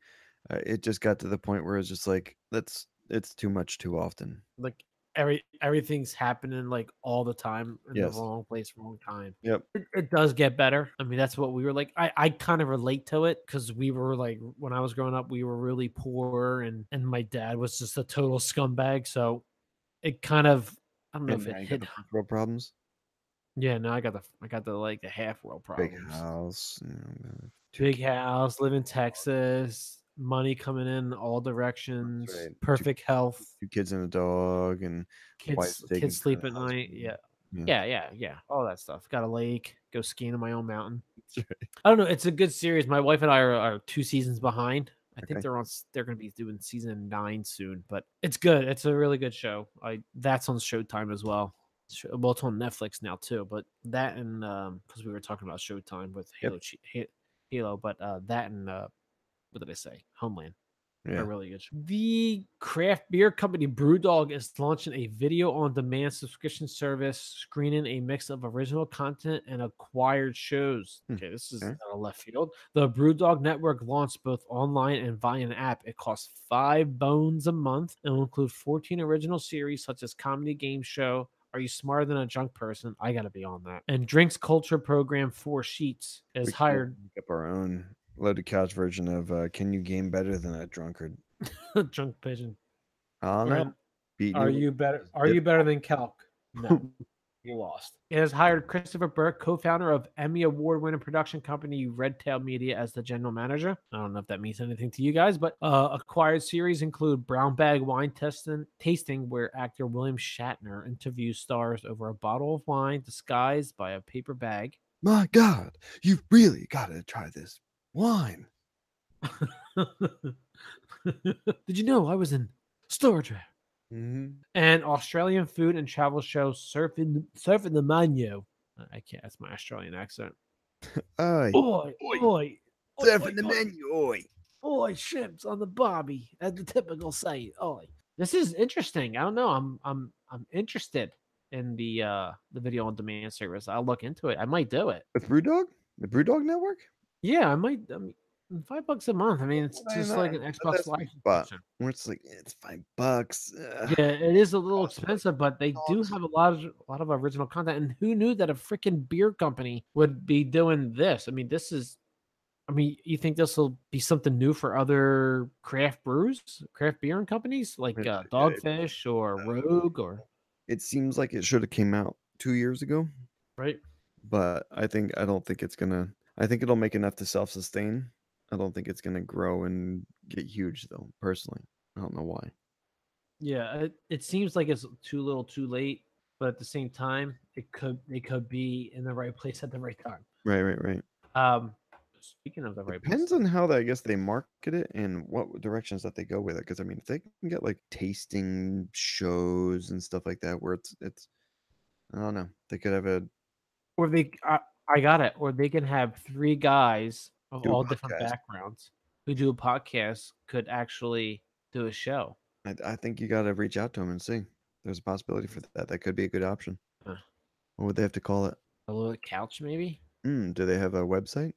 S2: Uh, it just got to the point where it's just like that's it's too much too often.
S3: Like every everything's happening like all the time in
S2: Yes.
S3: the wrong place, wrong time.
S2: Yep.
S3: it, it does get better. I mean, that's what we were like. I, I kind of relate to it because we were like, when I was growing up, we were really poor, and and my dad was just a total scumbag. So it kind of, I don't know if
S2: And now
S3: it
S2: you got
S3: hit.
S2: the first world problems.
S3: Yeah, now I got the, I got the like the half world problems.
S2: Big house. you know,
S3: Big house, live in Texas, money coming in all directions,
S2: right. Two-
S3: perfect health,
S2: Two kids and a dog, and wife's
S3: kids,
S2: taken
S3: kids
S2: to the
S3: sleep at
S2: hospital.
S3: night. Yeah.
S2: Yeah.
S3: yeah, yeah, yeah, all that stuff. Got a lake, go skiing in my own mountain.
S2: That's
S3: I don't know. It's a good series. My wife and I are, are two seasons behind. I think
S2: Okay.
S3: they're on. s- They're going to be doing season nine soon, but it's good. It's a really good show. I that's on Showtime as well. Sh- Well, it's on Netflix now too. But that and because we were talking about Showtime with
S2: Yep.
S3: Halo, Chi- Ha- Halo, but uh, that and uh, what did I say? Homeland
S2: yeah.
S3: are really good. show. The craft beer company BrewDog is launching a video on demand subscription service, screening a mix of original content and acquired shows.
S2: Hmm,
S3: Okay, this is
S2: okay.
S3: out of left field. The BrewDog network launched both online and via an app. It costs five bones a month and will include 14 original series such as comedy game show. Are you smarter than a junk person? I gotta be on that. And drinks culture program Four Sheets
S2: We
S3: is
S2: should
S3: hired
S2: make up our own loaded couch version of uh, "Can you game better than a drunkard?"
S3: junk pigeon.
S2: Oh
S3: Or-
S2: no, beating
S3: Are
S2: with-
S3: you better?
S2: is
S3: Are you
S2: difficult.
S3: better than Calc? No, you lost. It has hired Christopher Burke, co-founder of Emmy Award-winning production company Red Tail Media, as the general manager. I don't know if that means anything to you guys, but uh, acquired series include Brown Bag Wine Testing, Tasting, where actor William Shatner interviews stars over a bottle of wine disguised by a paper bag.
S2: My God, you really gotta try this wine.
S3: Did you know I was in storage? rack?
S2: Mhm.
S3: and Australian food and travel show Surfing Surfing the Menu. I- I can't. That's my Australian accent.
S2: Aye.
S3: Oi,
S2: Oi.
S3: oi, oi,
S2: Surfing
S3: oi,
S2: Uh, the
S3: oi,
S2: menu. Oi.
S3: Oi, shrimps on the barbie, as the typical say. Oi, this is interesting. I don't know. I'm I'm I'm interested in the uh the video on demand service. I'll look into it. I might do it.
S2: With BrewDog, the BrewDog Network.
S3: Yeah, I might. I mean, five bucks a month. I mean, it's
S2: Well, why
S3: just
S2: not?
S3: like an
S2: But
S3: Xbox
S2: that's my
S3: Live.
S2: spot.
S3: subscription.
S2: Where it's like it's five bucks. Ugh.
S3: Yeah, it is a little
S2: cost, like,
S3: expensive, but they do
S2: dollars.
S3: have a lot of a lot of original content. And who knew that a freaking beer company would be doing this? I mean, this is I mean, you think this will be something new for other craft brews, craft beer and companies like
S2: It-
S3: uh,
S2: it-
S3: Dogfish or
S2: uh,
S3: Rogue or
S2: It seems like it should have came out two years ago,
S3: right?
S2: but I think I don't think it's gonna. I think it'll make enough to self-sustain. I don't think it's gonna grow and get huge though. Personally, I don't know why.
S3: Yeah, it, it seems like it's too little, too late, but at the same time, it could they could be in the right place at the right time.
S2: Right, right, right.
S3: Um, speaking of the right place,
S2: Depends on how they, I guess they market it and what directions that they go with it. Because I mean, if they can get like tasting shows and stuff like that, where it's it's, I don't know, they could have a
S3: or they I, I got it or they can have three guys of
S2: Do a
S3: all different
S2: podcast.
S3: backgrounds who do a podcast could actually do a show.
S2: I, I think you got to reach out to them and see. There's a possibility for that. That could be a good option.
S3: Huh.
S2: What would they have to call it?
S3: A little couch, maybe.
S2: Mm, do they have a website?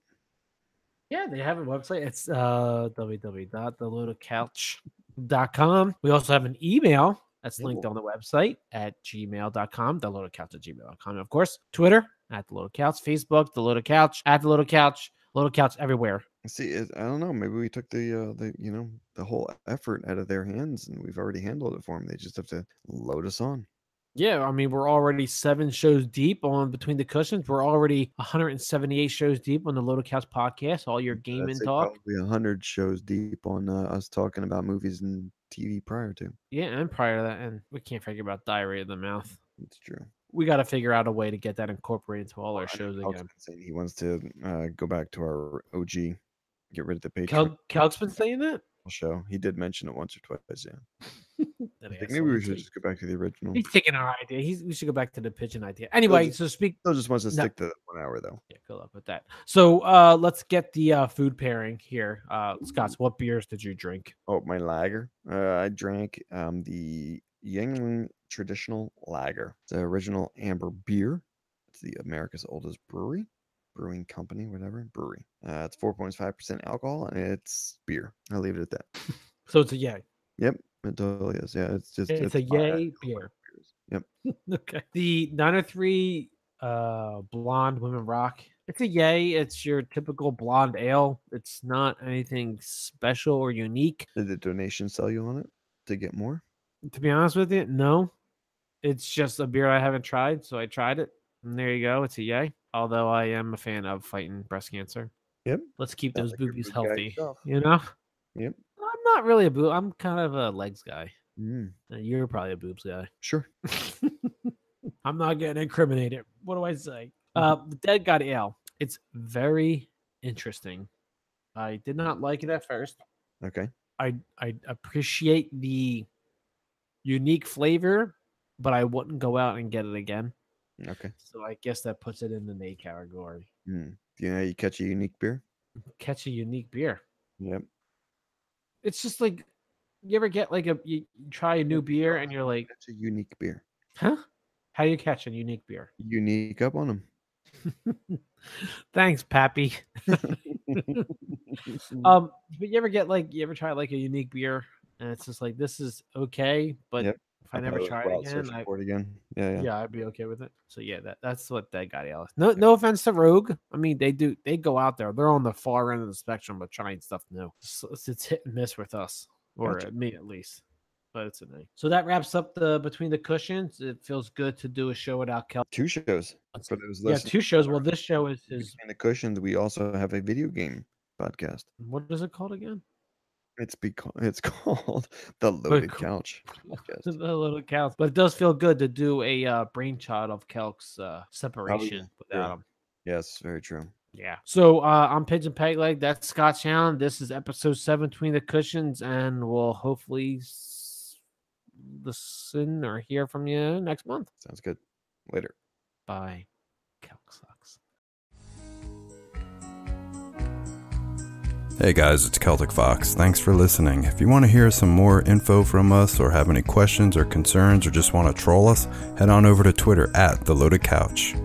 S3: Yeah, they have a website. It's uh, www.theloadedcouch.com. We also have an email that's linked on the website at gmail.com, theloadedcouch at gmail.com. Of course, Twitter at the Loaded Couch, Facebook, the Loaded Couch, at the Loaded Couch, Loaded Couch everywhere.
S2: See, it, I don't know. Maybe we took the uh, the you know the whole effort out of their hands, and we've already handled it for them. They just have to load us on.
S3: Yeah, I mean, we're already seven shows deep on Between the Cushions. We're already 178 shows deep on the Loaded Couch podcast, all your game and
S2: That's it,
S3: talk.
S2: Probably hundred shows deep on uh, us talking about movies and TV prior to.
S3: Yeah, and prior to that, and we can't forget about Diarrhea of the Mouth.
S2: It's true.
S3: We got to figure out a way to get that incorporated into all
S2: Well, Oh,
S3: our
S2: I know
S3: shows
S2: Kelk's
S3: again.
S2: been saying He wants to uh, go back to our OG, get rid of the Patreon
S3: Kel- Kelk's been saying that?
S2: show. He did mention it once or twice. Yeah,
S3: That
S2: I think
S3: asshole,
S2: maybe we
S3: he's
S2: should
S3: like-
S2: just go back to the original.
S3: He's taking our idea. He's, we should go back to the pigeon idea. Anyway,
S2: just-
S3: so speak.
S2: Still just wants to
S3: No.
S2: stick to that one hour though.
S3: Yeah, good luck with that. So uh, let's get the uh, food pairing here. Uh, Scott's, what beers did you drink?
S2: Oh, my lager. Uh, I drank um, the Yingling Traditional Lager, the original amber beer. It's the America's oldest brewery, brewing company, whatever brewery. Uh, it's 4.5% alcohol and it's beer. I'll leave it at that.
S3: So it's a yay.
S2: Yep, it totally is. Yeah, it's just
S3: It's, a
S2: fine.
S3: yay beer.
S2: Yep.
S3: okay. The 903 uh, Blonde Women Rock. It's a yay. It's your typical blonde ale. It's not anything special or unique.
S2: Did the donation sell you on it to get more?
S3: To be honest with you, no. It's just a beer I haven't tried, so I tried it. And there you go. It's a yay. Although I am a fan of fighting breast cancer.
S2: Yep.
S3: Let's keep
S2: Sounds
S3: those
S2: like you're a
S3: boobies
S2: boob guy
S3: healthy.
S2: yourself.
S3: You know?
S2: Yep.
S3: I'm not really a boob. I'm kind of a legs guy.
S2: Mm,
S3: Uh, You're probably a boobs guy.
S2: sure.
S3: I'm not getting incriminated. What do I say?
S2: Mm-hmm.
S3: Uh, the Dead God Ale. It's very interesting. I did not like it at first.
S2: Okay.
S3: I I appreciate the unique flavor, but I wouldn't go out and get it again.
S2: Okay.
S3: So I guess that puts it in the nay category.
S2: Mm. Do you know how you catch a unique beer?
S3: Catch a unique beer.
S2: Yep.
S3: It's just like you ever get like a you you try a new beer and you're like,
S2: Catch a unique beer.
S3: huh? How do you catch a unique beer?
S2: Unique up on them.
S3: Thanks, Pappy.
S2: Uh,
S3: Um, but you ever get like you ever try like a unique beer and it's just like this is okay, but
S2: Yep.
S3: if I never try it again, I,
S2: Support again. Yeah, yeah.
S3: yeah. I'd be okay with it. So yeah, that, that's what that got Alice. No, no offense to Rogue. I mean, they do they go out there. They're on the far end of the spectrum of trying stuff new. So it's, it's hit and miss with us, or
S2: Gotcha.
S3: me at least. But it's a night. So that wraps up the between the cushions. It feels good to do a show without Kel.
S2: Two shows for those
S3: Yeah,
S2: listening.
S3: two shows. Well, this show is is
S2: Between the cushions, we also have a video game podcast.
S3: what is it called again?
S2: It's because it's called the Loaded
S3: Cou-
S2: Couch. Podcast.
S3: the little counts. But it does feel good to do a uh, brainchild of Kelk's uh, separation without
S2: yeah.
S3: him.
S2: Yes, very true.
S3: Yeah. So uh, I'm Pigeon Pegleg. That's Scott Allen. This is episode seven between the cushions, and we'll hopefully s- listen or hear from you next month.
S2: Sounds good. Later.
S3: Bye. Kelk sucks.
S1: Hey guys, it's Celtic Fox. Thanks for listening. If you want to hear some more info from us, or have any questions or concerns, or just want to troll us, head on over to Twitter at The Loaded Couch.